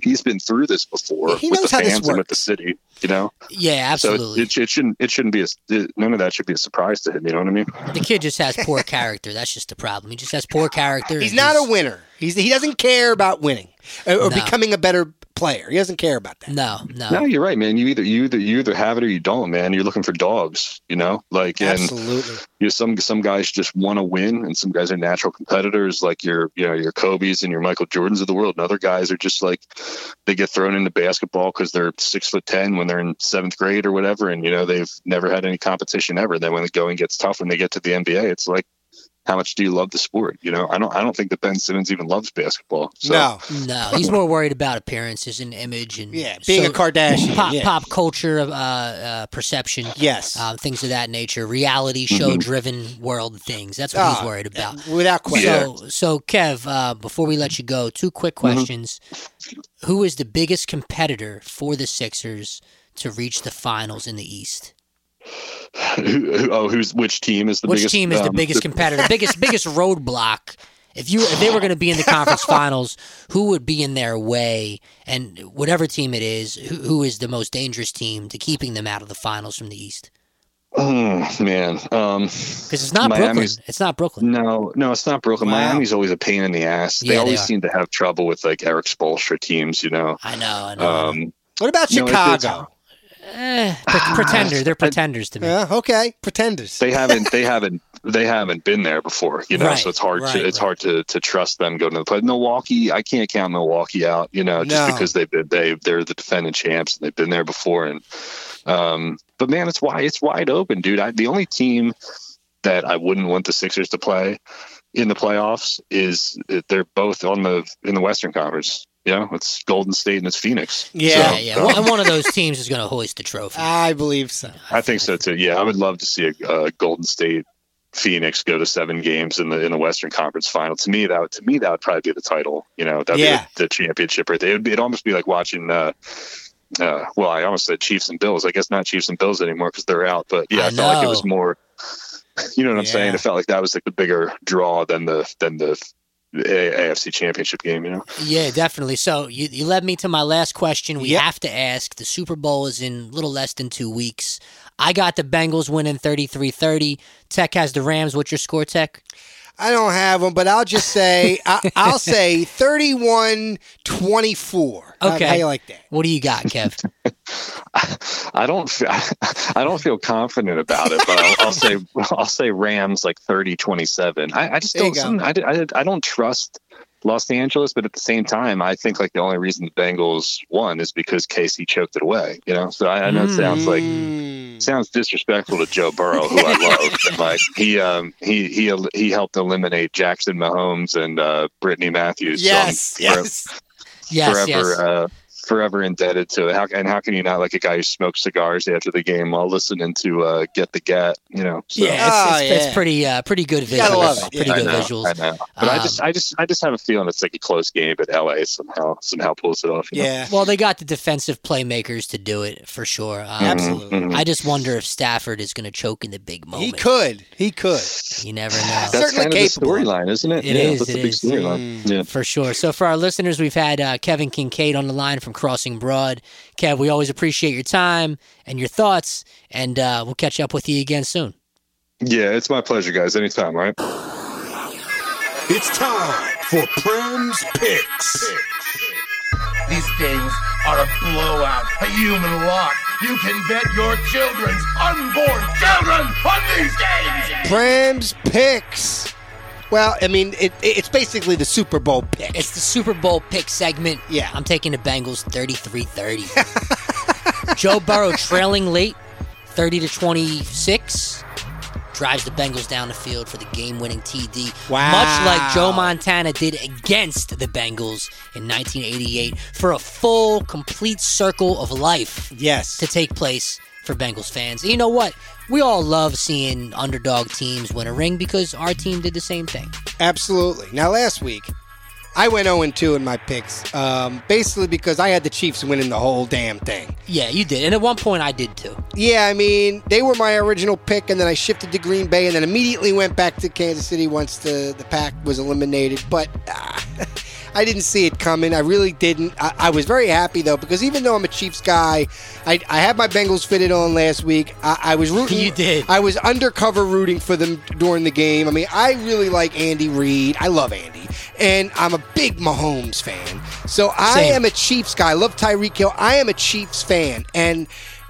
Speaker 6: he's been through this before
Speaker 2: He
Speaker 6: with the
Speaker 2: knows how this
Speaker 6: fans and with the
Speaker 2: works.
Speaker 6: city. You know,
Speaker 3: yeah,
Speaker 6: so
Speaker 3: absolutely.
Speaker 6: it, it shouldn't it shouldn't be a, none of that should be a surprise to him. You know what I mean?
Speaker 3: the kid just has poor character. That's just the problem. He just has poor character.
Speaker 2: He's not a winner. He's he doesn't care about winning or, or
Speaker 3: No.
Speaker 2: becoming a better player. He doesn't care about that.
Speaker 3: No, no.
Speaker 6: No, you're right, man. You either you either you either have it or you don't, man. You're looking for dogs, you know. Like, and
Speaker 2: Absolutely.
Speaker 6: you know, some some guys just want to win, and some guys are natural competitors, like your you know your Kobe's and your Michael Jordans of the world. And other guys are just like they get thrown into basketball because they're six foot ten when they're in seventh grade or whatever, and you know they've never had any competition ever. Then when the going gets tough, when they get to the NBA, it's like, how much do you love the sport? You know, I don't I don't think that Ben Simmons even loves basketball. So.
Speaker 2: no.
Speaker 3: No, he's more worried about appearances and image and
Speaker 2: Yeah. Being
Speaker 3: so-
Speaker 2: a Kardashian.
Speaker 3: pop
Speaker 2: yeah.
Speaker 3: pop culture uh, uh, perception,
Speaker 2: Yes.
Speaker 3: um, things of that nature, reality
Speaker 6: Mm-hmm.
Speaker 3: show driven world things. That's what he's
Speaker 2: Ah,
Speaker 3: worried about.
Speaker 2: Without question.
Speaker 3: So, so Kev, uh, before we let you go, two quick
Speaker 6: Mm-hmm.
Speaker 3: questions. Who is the biggest competitor for the Sixers to reach the finals in the East?
Speaker 6: [LAUGHS] Who, who- oh, who's which team is the
Speaker 3: Which
Speaker 6: biggest?
Speaker 3: team is the
Speaker 6: um, [LAUGHS]
Speaker 3: biggest competitor, biggest biggest roadblock? If you if they were going to be in the
Speaker 6: [LAUGHS]
Speaker 3: conference finals, who would be in their way? And whatever team it is, who, who is the most dangerous team to keeping them out of the finals from the East?
Speaker 6: Oh man, um,
Speaker 3: Because it's not
Speaker 6: Miami's-
Speaker 3: Brooklyn. It's not Brooklyn.
Speaker 6: no, no, it's not Brooklyn.
Speaker 2: Wow.
Speaker 6: Miami's always a pain in the ass.
Speaker 3: Yeah,
Speaker 6: they
Speaker 3: they
Speaker 6: always
Speaker 3: are.
Speaker 6: seem to have trouble with like Eric Spoelstra teams, you know.
Speaker 3: I know. I know.
Speaker 6: Um,
Speaker 2: what about
Speaker 6: no, it- it's-
Speaker 2: Chicago?
Speaker 3: Eh,
Speaker 6: [LAUGHS]
Speaker 3: pre- pretender. They're pretenders to me.
Speaker 2: Yeah, okay. Pretenders.
Speaker 6: they haven't, they haven't, they haven't been there before, you know.
Speaker 3: Right,
Speaker 6: so it's hard
Speaker 3: right,
Speaker 6: to, it's
Speaker 3: right.
Speaker 6: hard to, to trust them going to the play. Milwaukee, I can't count Milwaukee out, you know, just
Speaker 2: No.
Speaker 6: because they've been, they they're the defending champs and they've been there before. And um, but man, it's why it's wide open, dude. I, the only team that I wouldn't want the Sixers to play in the playoffs is that they're both on the in the Western Conference. You know, it's Golden State and it's Phoenix.
Speaker 2: Yeah.
Speaker 3: yeah, yeah. One, one of those teams is going to hoist the trophy.
Speaker 2: I believe so.
Speaker 6: I think so too. Yeah, I would love to see a, uh Golden State Phoenix go to seven games in the in the Western Conference Final. To me, that would, to me that would probably be the title. You know, that'd
Speaker 2: Yeah.
Speaker 6: be the, the championship. Right, there. it'd be, it'd almost be like watching. Uh, uh, well, I almost said Chiefs and Bills. I guess not Chiefs and Bills anymore because they're out. But yeah,
Speaker 3: I
Speaker 6: I, felt like
Speaker 3: know.
Speaker 6: it was more. You know what I'm
Speaker 2: Yeah.
Speaker 6: saying? It felt like that was like the bigger draw than the than the A- AFC Championship game. You know.
Speaker 3: Yeah, definitely. So you, you led me to my last question. We
Speaker 2: Yep.
Speaker 3: have to ask. The Super Bowl is in a little less than two weeks. I got the Bengals winning 33 30. Tech has the Rams. What's your score, Tech?
Speaker 2: I don't have them, but I'll just say I,
Speaker 3: [LAUGHS]
Speaker 2: I'll say 31-24. How-
Speaker 3: Okay.
Speaker 2: How you like that?
Speaker 3: What do you got,
Speaker 6: [LAUGHS]
Speaker 3: Kev?
Speaker 6: I don't feel, [LAUGHS] I don't feel confident about it, but I'll, I'll say [LAUGHS] I'll say Rams like 30 27. I, I just
Speaker 2: There you
Speaker 6: don't
Speaker 2: go.
Speaker 6: some, I, I, I don't trust Los Angeles, but at the same time, I think like the only reason the Bengals won is because Casey choked it away, you know. So I, I know it sounds like
Speaker 2: Mm.
Speaker 6: sounds disrespectful to Joe Burrow, who I
Speaker 2: [LAUGHS]
Speaker 6: love. and like he um he he he helped eliminate Jackson Mahomes and uh Brittany Matthews. So I'm
Speaker 2: Yes,
Speaker 6: forever-
Speaker 2: yes.
Speaker 3: Yes,
Speaker 6: forever
Speaker 3: yes.
Speaker 6: uh, forever indebted to it. How, and how can you not like a guy who smokes cigars after the game while listening to uh, Get the Gat? You know, so.
Speaker 3: yeah, it's, it's,
Speaker 2: Oh,
Speaker 3: it's
Speaker 2: yeah.
Speaker 3: pretty uh, pretty good
Speaker 2: gotta
Speaker 3: visuals.
Speaker 2: love it.
Speaker 3: Pretty
Speaker 6: Oh, I
Speaker 3: good
Speaker 6: know,
Speaker 3: visuals. Um,
Speaker 6: I know. But I just, I just, I just have a feeling it's like a close game, but LA somehow, somehow pulls it off. you know?
Speaker 2: Yeah.
Speaker 3: Well, they got the defensive playmakers to do it for sure. Um,
Speaker 2: Absolutely.
Speaker 6: Mhm.
Speaker 3: I just wonder if Stafford is going to choke in the big moment.
Speaker 2: He could. He could.
Speaker 3: You never know.
Speaker 6: That's
Speaker 2: Certainly
Speaker 6: kind of
Speaker 2: capable.
Speaker 6: the storyline, isn't it?
Speaker 3: It
Speaker 6: yeah,
Speaker 3: is,
Speaker 6: that's
Speaker 3: it
Speaker 6: the big
Speaker 3: is. Mm.
Speaker 6: storyline. Yeah.
Speaker 3: For sure. So, for our listeners, we've had uh, Kevin Kincaid on the line from Crossing Broad. Kev, we always appreciate your time and your thoughts, and uh, we'll catch up with you again soon.
Speaker 6: yeah, it's my pleasure, guys. Anytime, all right?
Speaker 1: It's time for Prem's Picks.
Speaker 7: These things are a blowout, a human lock. You can bet your children's unborn children on these games.
Speaker 2: Prams picks. Well, I mean, it, it- it's basically the Super Bowl pick.
Speaker 3: It's the Super Bowl pick segment.
Speaker 2: Yeah.
Speaker 3: I'm taking the Bengals 33 [LAUGHS] 30. Joe Burrow trailing late, 30 to 26. drives the Bengals down the field for the game-winning TD.
Speaker 2: Wow.
Speaker 3: Much like Joe Montana did against the Bengals in 1988 for a full, complete circle of life
Speaker 2: Yes.
Speaker 3: to take place for Bengals fans. And you know what? We all love seeing underdog teams win a ring because our team did the same thing.
Speaker 2: Absolutely. Now, last week, I went 0 2 in my picks, um, basically because I had the Chiefs winning the whole damn thing.
Speaker 3: Yeah, you did. And at one point I did too.
Speaker 2: Yeah, I mean, they were my original pick, and then I shifted to Green Bay, and then immediately went back to Kansas City once the, the pack was eliminated. But ah, [LAUGHS] I didn't see it coming. I really didn't. I, I was very happy, though, because even though I'm a Chiefs guy, I, I had my Bengals fitted on last week. I, I
Speaker 3: [LAUGHS]
Speaker 2: was rooting.
Speaker 3: You did.
Speaker 2: I was undercover rooting for them during the game. I mean, I really like Andy Reid. I love Andy. And I'm a big Mahomes fan. So I
Speaker 3: Same.
Speaker 2: am a Chiefs guy. I love Tyreek Hill. I am a Chiefs fan. And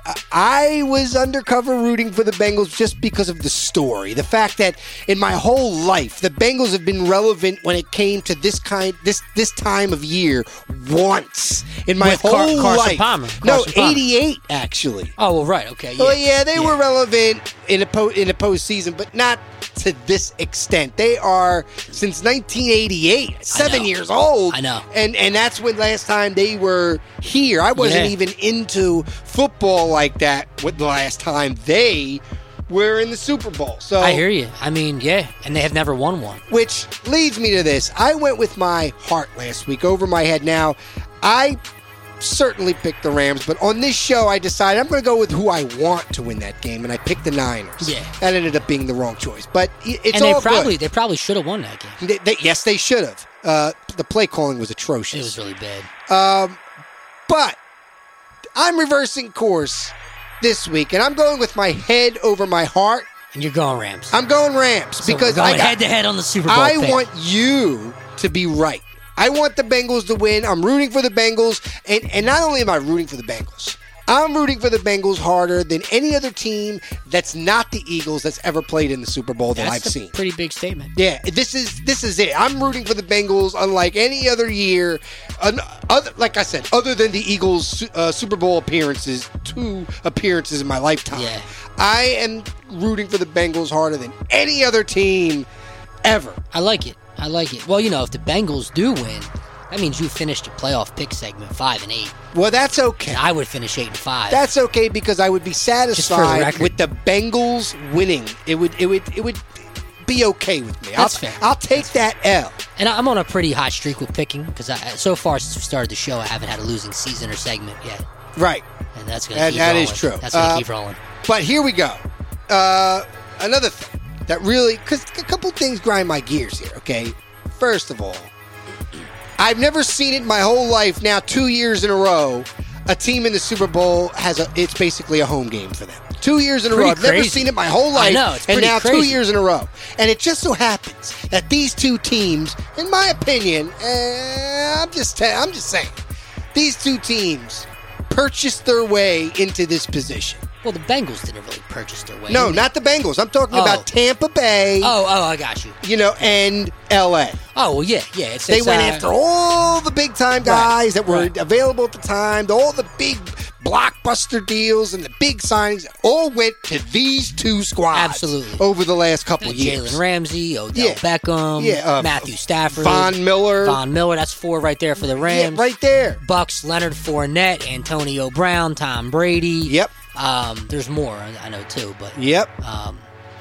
Speaker 2: uh, I was undercover rooting for the Bengals just because of the story. The fact that in my whole life, the Bengals have been relevant when it came to this kind, this this time of year once in my
Speaker 3: With
Speaker 2: whole
Speaker 3: Car- Carson
Speaker 2: life.
Speaker 3: Palmer.
Speaker 2: No,
Speaker 3: Carson Palmer.
Speaker 2: 88 actually.
Speaker 3: Oh well right, okay. Yeah.
Speaker 2: Well, yeah, they were relevant in a po- in a postseason, but not to this extent. They are since 1988, seven
Speaker 3: know.
Speaker 2: years old.
Speaker 3: I know.
Speaker 2: and and that's when last time they were here. I wasn't
Speaker 3: Yeah.
Speaker 2: even into football like that with the last time they were in the Super Bowl. So
Speaker 3: I hear you. I mean, yeah, and they have never won one.
Speaker 2: which leads me to this. I went with my heart last week over my head. Now, I certainly picked the Rams, but on this show, I decided I'm going to go with who I want to win that game, and I picked the Niners.
Speaker 3: Yeah.
Speaker 2: That ended up being the wrong choice, but i- it's
Speaker 3: and they
Speaker 2: all
Speaker 3: probably
Speaker 2: good.
Speaker 3: they probably should have won that game.
Speaker 2: They, they- yes, they should have. Uh, the play calling was
Speaker 3: It
Speaker 2: atrocious.
Speaker 3: was really bad.
Speaker 2: Um, but I'm reversing course this week, and I'm going with my head over my heart.
Speaker 3: And you're going Rams.
Speaker 2: I'm going Rams
Speaker 3: So
Speaker 2: because
Speaker 3: we're going
Speaker 2: I got
Speaker 3: head to head on the Super Bowl.
Speaker 2: I
Speaker 3: pick.
Speaker 2: want you to be right. I want the Bengals to win. I'm rooting for the Bengals. And, and not only am I rooting for the Bengals, I'm rooting for the Bengals harder than any other team that's not the Eagles that's ever played in the Super Bowl that
Speaker 3: That's
Speaker 2: I've
Speaker 3: a
Speaker 2: seen.
Speaker 3: pretty big statement.
Speaker 2: Yeah, this is this is it. I'm rooting for the Bengals, unlike any other year. An, other, like I said, other than the Eagles' su- uh, Super Bowl appearances, two appearances in my lifetime.
Speaker 3: Yeah.
Speaker 2: I am rooting for the Bengals harder than any other team ever.
Speaker 3: I like it. I like it. Well, you know, if the Bengals do win, that means you finished your playoff pick segment five and eight.
Speaker 2: Well, that's okay.
Speaker 3: I would finish eight and five.
Speaker 2: That's okay because I would be
Speaker 3: the
Speaker 2: satisfied
Speaker 3: record.
Speaker 2: with the Bengals winning. It would it would it would be okay with me.
Speaker 3: That's
Speaker 2: I'll,
Speaker 3: fair.
Speaker 2: I'll take that L.
Speaker 3: and I- I'm on a pretty hot streak with picking because so far since we started the show, I haven't had a losing season or segment yet,
Speaker 2: Right.
Speaker 3: and that's going to
Speaker 2: That-
Speaker 3: keep
Speaker 2: that
Speaker 3: rolling.
Speaker 2: is true.
Speaker 3: That's going to
Speaker 2: Uh,
Speaker 3: keep rolling.
Speaker 2: But here we go. Uh, another thing that really cuz a couple things grind my gears here, okay? First of all, I've never seen it in my whole life now 2 years in a row. A team in the Super Bowl has a it's basically a home game for them. 2 years in a
Speaker 3: Pretty
Speaker 2: row. I've never
Speaker 3: crazy.
Speaker 2: seen it my whole
Speaker 3: I
Speaker 2: life
Speaker 3: know, it's
Speaker 2: and
Speaker 3: pretty
Speaker 2: now 2
Speaker 3: crazy.
Speaker 2: years years in a row. And it just so happens that these two teams, in my opinion, eh, I'm just i I'm just saying, these two teams purchased their way into this position.
Speaker 3: Well, the Bengals didn't really purchase their way.
Speaker 2: No,
Speaker 3: did they?
Speaker 2: not the Bengals. I'm talking
Speaker 3: Oh.
Speaker 2: about Tampa Bay,
Speaker 3: Oh, oh, I got you.
Speaker 2: you know, and LA.
Speaker 3: Oh, well, yeah, yeah. It's,
Speaker 2: They
Speaker 3: it's,
Speaker 2: went
Speaker 3: uh,
Speaker 2: after all the big time guys that were
Speaker 3: right.
Speaker 2: available at the time, all the big blockbuster deals and the big signings all went to these two squads
Speaker 3: Absolutely.
Speaker 2: over the last couple years.
Speaker 3: Jalen Ramsey, Odell
Speaker 2: Yeah.
Speaker 3: Beckham,
Speaker 2: Yeah, uh,
Speaker 3: Matthew Stafford,
Speaker 2: Von Miller.
Speaker 3: Von Miller. That's four right there for the
Speaker 2: yeah,
Speaker 3: Rams.
Speaker 2: right there.
Speaker 3: Bucks, Leonard Fournette, Antonio Brown, Tom Brady.
Speaker 2: Yep.
Speaker 3: Um, there's more I I know too, but
Speaker 2: Yep.
Speaker 3: um,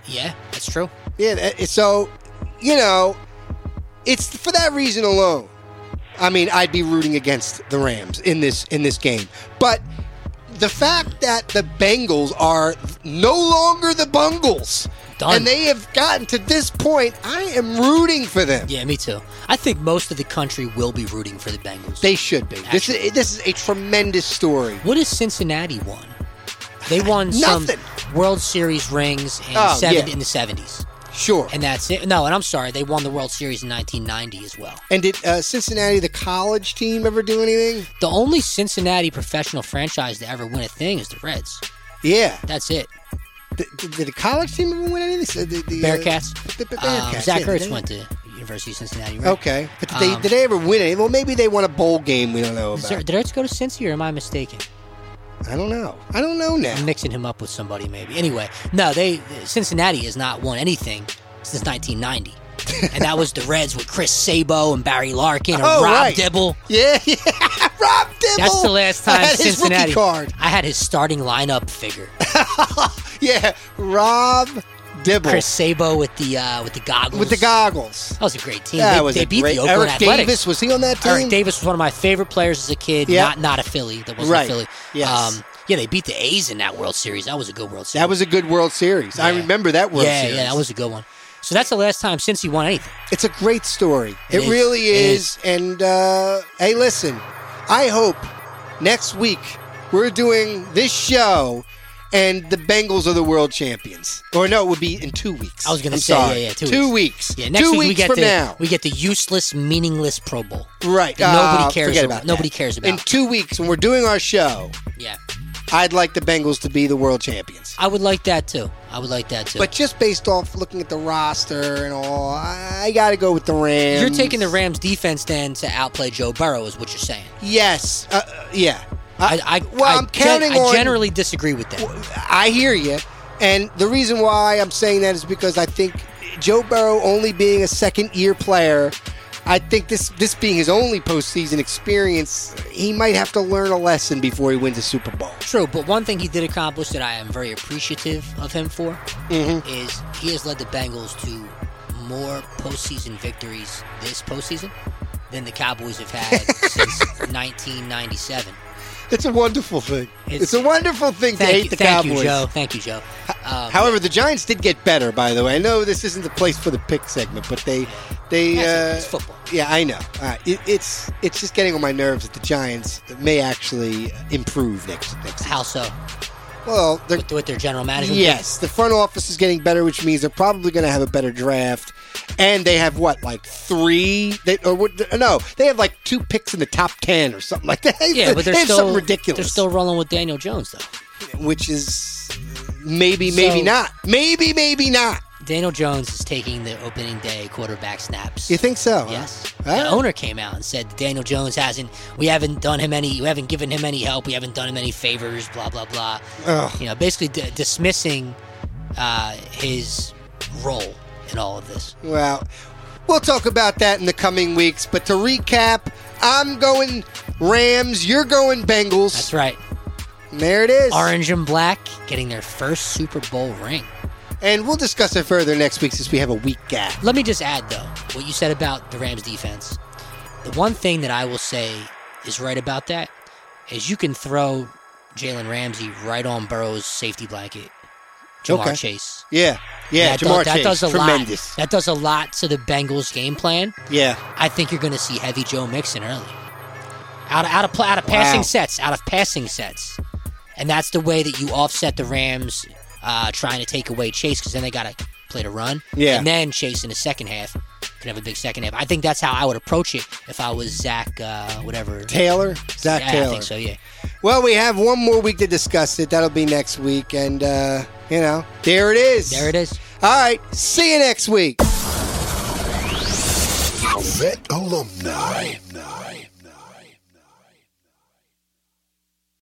Speaker 3: yeah, that's true.
Speaker 2: Yeah. that- So, you know, it's for that reason alone. I mean, I'd be rooting against the Rams in this in this game, but the fact that the Bengals are no longer the Bungles
Speaker 3: Done.
Speaker 2: and they have gotten to this point, I am rooting for them.
Speaker 3: Yeah, me too. I think most of the country will be rooting for the Bengals.
Speaker 2: They should be. This is this is a tremendous story.
Speaker 3: what has Cincinnati won? They won some
Speaker 2: Nothing.
Speaker 3: World Series rings in,
Speaker 2: Oh,
Speaker 3: seven,
Speaker 2: yeah.
Speaker 3: in the 70s,
Speaker 2: Sure.
Speaker 3: and that's it. No, and I'm sorry, they won the World Series in 1990 as well.
Speaker 2: And did uh, Cincinnati, the college team, ever do anything?
Speaker 3: The only Cincinnati professional franchise to ever win a thing is the Reds.
Speaker 2: Yeah.
Speaker 3: That's it.
Speaker 2: Did, did- did the college team ever win anything? The, the, uh,
Speaker 3: Bearcats.
Speaker 2: the- the
Speaker 3: Um,
Speaker 2: Bearcats,
Speaker 3: Zach
Speaker 2: yeah, did
Speaker 3: Ertz
Speaker 2: they-
Speaker 3: went to University of Cincinnati. Right?
Speaker 2: Okay. But did they,
Speaker 3: Um,
Speaker 2: did they ever win it? Well, maybe they won a bowl game we don't know
Speaker 3: Is
Speaker 2: about.
Speaker 3: there- did Ertz go to Cincy, or am I mistaken?
Speaker 2: I don't know. I don't know now.
Speaker 3: I'm mixing him up with somebody maybe. Anyway, no, they Cincinnati has not won anything since 1990. and that was the Reds with Chris Sabo and Barry Larkin and
Speaker 2: Oh,
Speaker 3: Rob
Speaker 2: right.
Speaker 3: Dibble.
Speaker 2: Yeah, [LAUGHS] yeah. Rob Dibble.
Speaker 3: That's the last time
Speaker 2: I had his
Speaker 3: Cincinnati
Speaker 2: rookie card.
Speaker 3: I had his starting lineup figure.
Speaker 2: Yeah, Rob Dibble
Speaker 3: Chris Sabo with the uh, with the goggles.
Speaker 2: with the goggles.
Speaker 3: That was a great team.
Speaker 2: That
Speaker 3: they,
Speaker 2: was
Speaker 3: they
Speaker 2: a
Speaker 3: beat
Speaker 2: great.
Speaker 3: the Oakland
Speaker 2: Eric
Speaker 3: Athletics.
Speaker 2: Davis was he on that team?
Speaker 3: Eric Davis was one of my favorite players as a kid.
Speaker 2: Yeah.
Speaker 3: Not not a Philly. That wasn't
Speaker 2: Right.
Speaker 3: a Philly. Um,
Speaker 2: Yes.
Speaker 3: yeah, they beat the A's in that World Series. That was a good World Series.
Speaker 2: That was a good World Series. I
Speaker 3: Yeah.
Speaker 2: remember that World
Speaker 3: yeah,
Speaker 2: Series.
Speaker 3: yeah, that was a good one. So that's the last time since he won anything.
Speaker 2: It's a great story. It,
Speaker 3: It is.
Speaker 2: really
Speaker 3: It
Speaker 2: is. And uh, hey, listen, I hope next week we're doing this show and the Bengals are the world champions. Or no, it would be in two weeks.
Speaker 3: I was gonna
Speaker 2: I'm
Speaker 3: say,
Speaker 2: sorry.
Speaker 3: yeah, yeah, two
Speaker 2: weeks.
Speaker 3: Yeah, next
Speaker 2: two
Speaker 3: week
Speaker 2: weeks
Speaker 3: we get
Speaker 2: from
Speaker 3: the
Speaker 2: now.
Speaker 3: we get the useless, meaningless Pro Bowl.
Speaker 2: right.
Speaker 3: that nobody
Speaker 2: Ah,
Speaker 3: cares
Speaker 2: forget
Speaker 3: about-
Speaker 2: that.
Speaker 3: nobody cares about.
Speaker 2: In two weeks, when we're doing our show,
Speaker 3: Yeah,
Speaker 2: I'd like the Bengals to be the world champions.
Speaker 3: I would like that too. I would like that too.
Speaker 2: But just based off looking at the roster and all, I got to go with the Rams.
Speaker 3: you're taking the Rams defense then to outplay Joe Burrow, is what you're saying.
Speaker 2: Yes. Uh, uh, yeah.
Speaker 3: I, I
Speaker 2: well,
Speaker 3: I
Speaker 2: am counting
Speaker 3: gen- I
Speaker 2: on.
Speaker 3: generally disagree with that.
Speaker 2: I hear you, and the reason why I'm saying that is because I think Joe Burrow only being a second year player, I think this this being his only postseason experience, he might have to learn a lesson before he wins a Super Bowl.
Speaker 3: True, but one thing he did accomplish that I am very appreciative of him for
Speaker 2: Mm-hmm.
Speaker 3: is he has led the Bengals to more postseason victories this postseason than the Cowboys have
Speaker 2: [LAUGHS]
Speaker 3: had since 1997.
Speaker 2: It's a wonderful thing. It's,
Speaker 3: It's-
Speaker 2: a wonderful thing to
Speaker 3: Thank,
Speaker 2: hate
Speaker 3: you,
Speaker 2: the
Speaker 3: thank
Speaker 2: Cowboys.
Speaker 3: you, Joe. Thank you, Joe. Um,
Speaker 2: However, the Giants did get better, by the way. I know this isn't the place for the pick segment, but they, they,
Speaker 3: that's-
Speaker 2: uh,
Speaker 3: it's football.
Speaker 2: yeah, I know. Uh, it, it's it's just getting on my nerves that the Giants may actually improve next next. Season.
Speaker 3: How so?
Speaker 2: Well, they're
Speaker 3: With, with their general manager?
Speaker 2: Yes, the front office is getting better, which means they're probably going to have a better draft. And they have what, like three? They or what, no, they have like two picks in the top ten or something like that. [LAUGHS]
Speaker 3: Yeah, but they're
Speaker 2: they have
Speaker 3: still
Speaker 2: something ridiculous,
Speaker 3: They're still rolling with Daniel Jones though.
Speaker 2: which is maybe, maybe
Speaker 3: So-
Speaker 2: not, maybe, maybe not.
Speaker 3: Daniel Jones is taking the opening day quarterback snaps.
Speaker 2: You think so? huh?
Speaker 3: Yes.
Speaker 2: Huh?
Speaker 3: The owner came out and said that Daniel Jones hasn't. We haven't done him any. We haven't given him any help. We haven't done him any favors. Blah blah blah.
Speaker 2: Ugh.
Speaker 3: You know, basically d- dismissing uh, his role in all of this.
Speaker 2: Well, we'll talk about that in the coming weeks. But to recap, I'm going Rams. You're going Bengals.
Speaker 3: That's right.
Speaker 2: And there it is.
Speaker 3: Orange and black getting their first Super Bowl ring.
Speaker 2: And we'll discuss it further next week since we have a week gap.
Speaker 3: Let me just add though what you said about the Rams defense. The one thing that I will say is right about that is you can throw Jalen Ramsey right on Burrow's safety blanket, Jamar
Speaker 2: Okay.
Speaker 3: Chase.
Speaker 2: Yeah, yeah,
Speaker 3: that,
Speaker 2: Jamar
Speaker 3: does, that
Speaker 2: Chase,
Speaker 3: does a
Speaker 2: tremendous.
Speaker 3: lot. That does a lot to the Bengals game plan.
Speaker 2: Yeah,
Speaker 3: I think you're going to see heavy Joe Mixon early, out of out of pl- out of passing sets, out of passing sets, and that's the way that you offset the Rams uh, trying to take away Chase because then they got to play to run.
Speaker 2: Yeah.
Speaker 3: and then Chase in the second half could have a big second half. I think that's how I would approach it if I was Zach, uh, whatever.
Speaker 2: Taylor, Zach
Speaker 3: yeah,
Speaker 2: Taylor.
Speaker 3: I think so. Yeah.
Speaker 2: Well, we have one more week to discuss it. That'll be next week, and uh, you know, there it is.
Speaker 3: There it is.
Speaker 2: All right, see you next week.
Speaker 1: Vet alumni.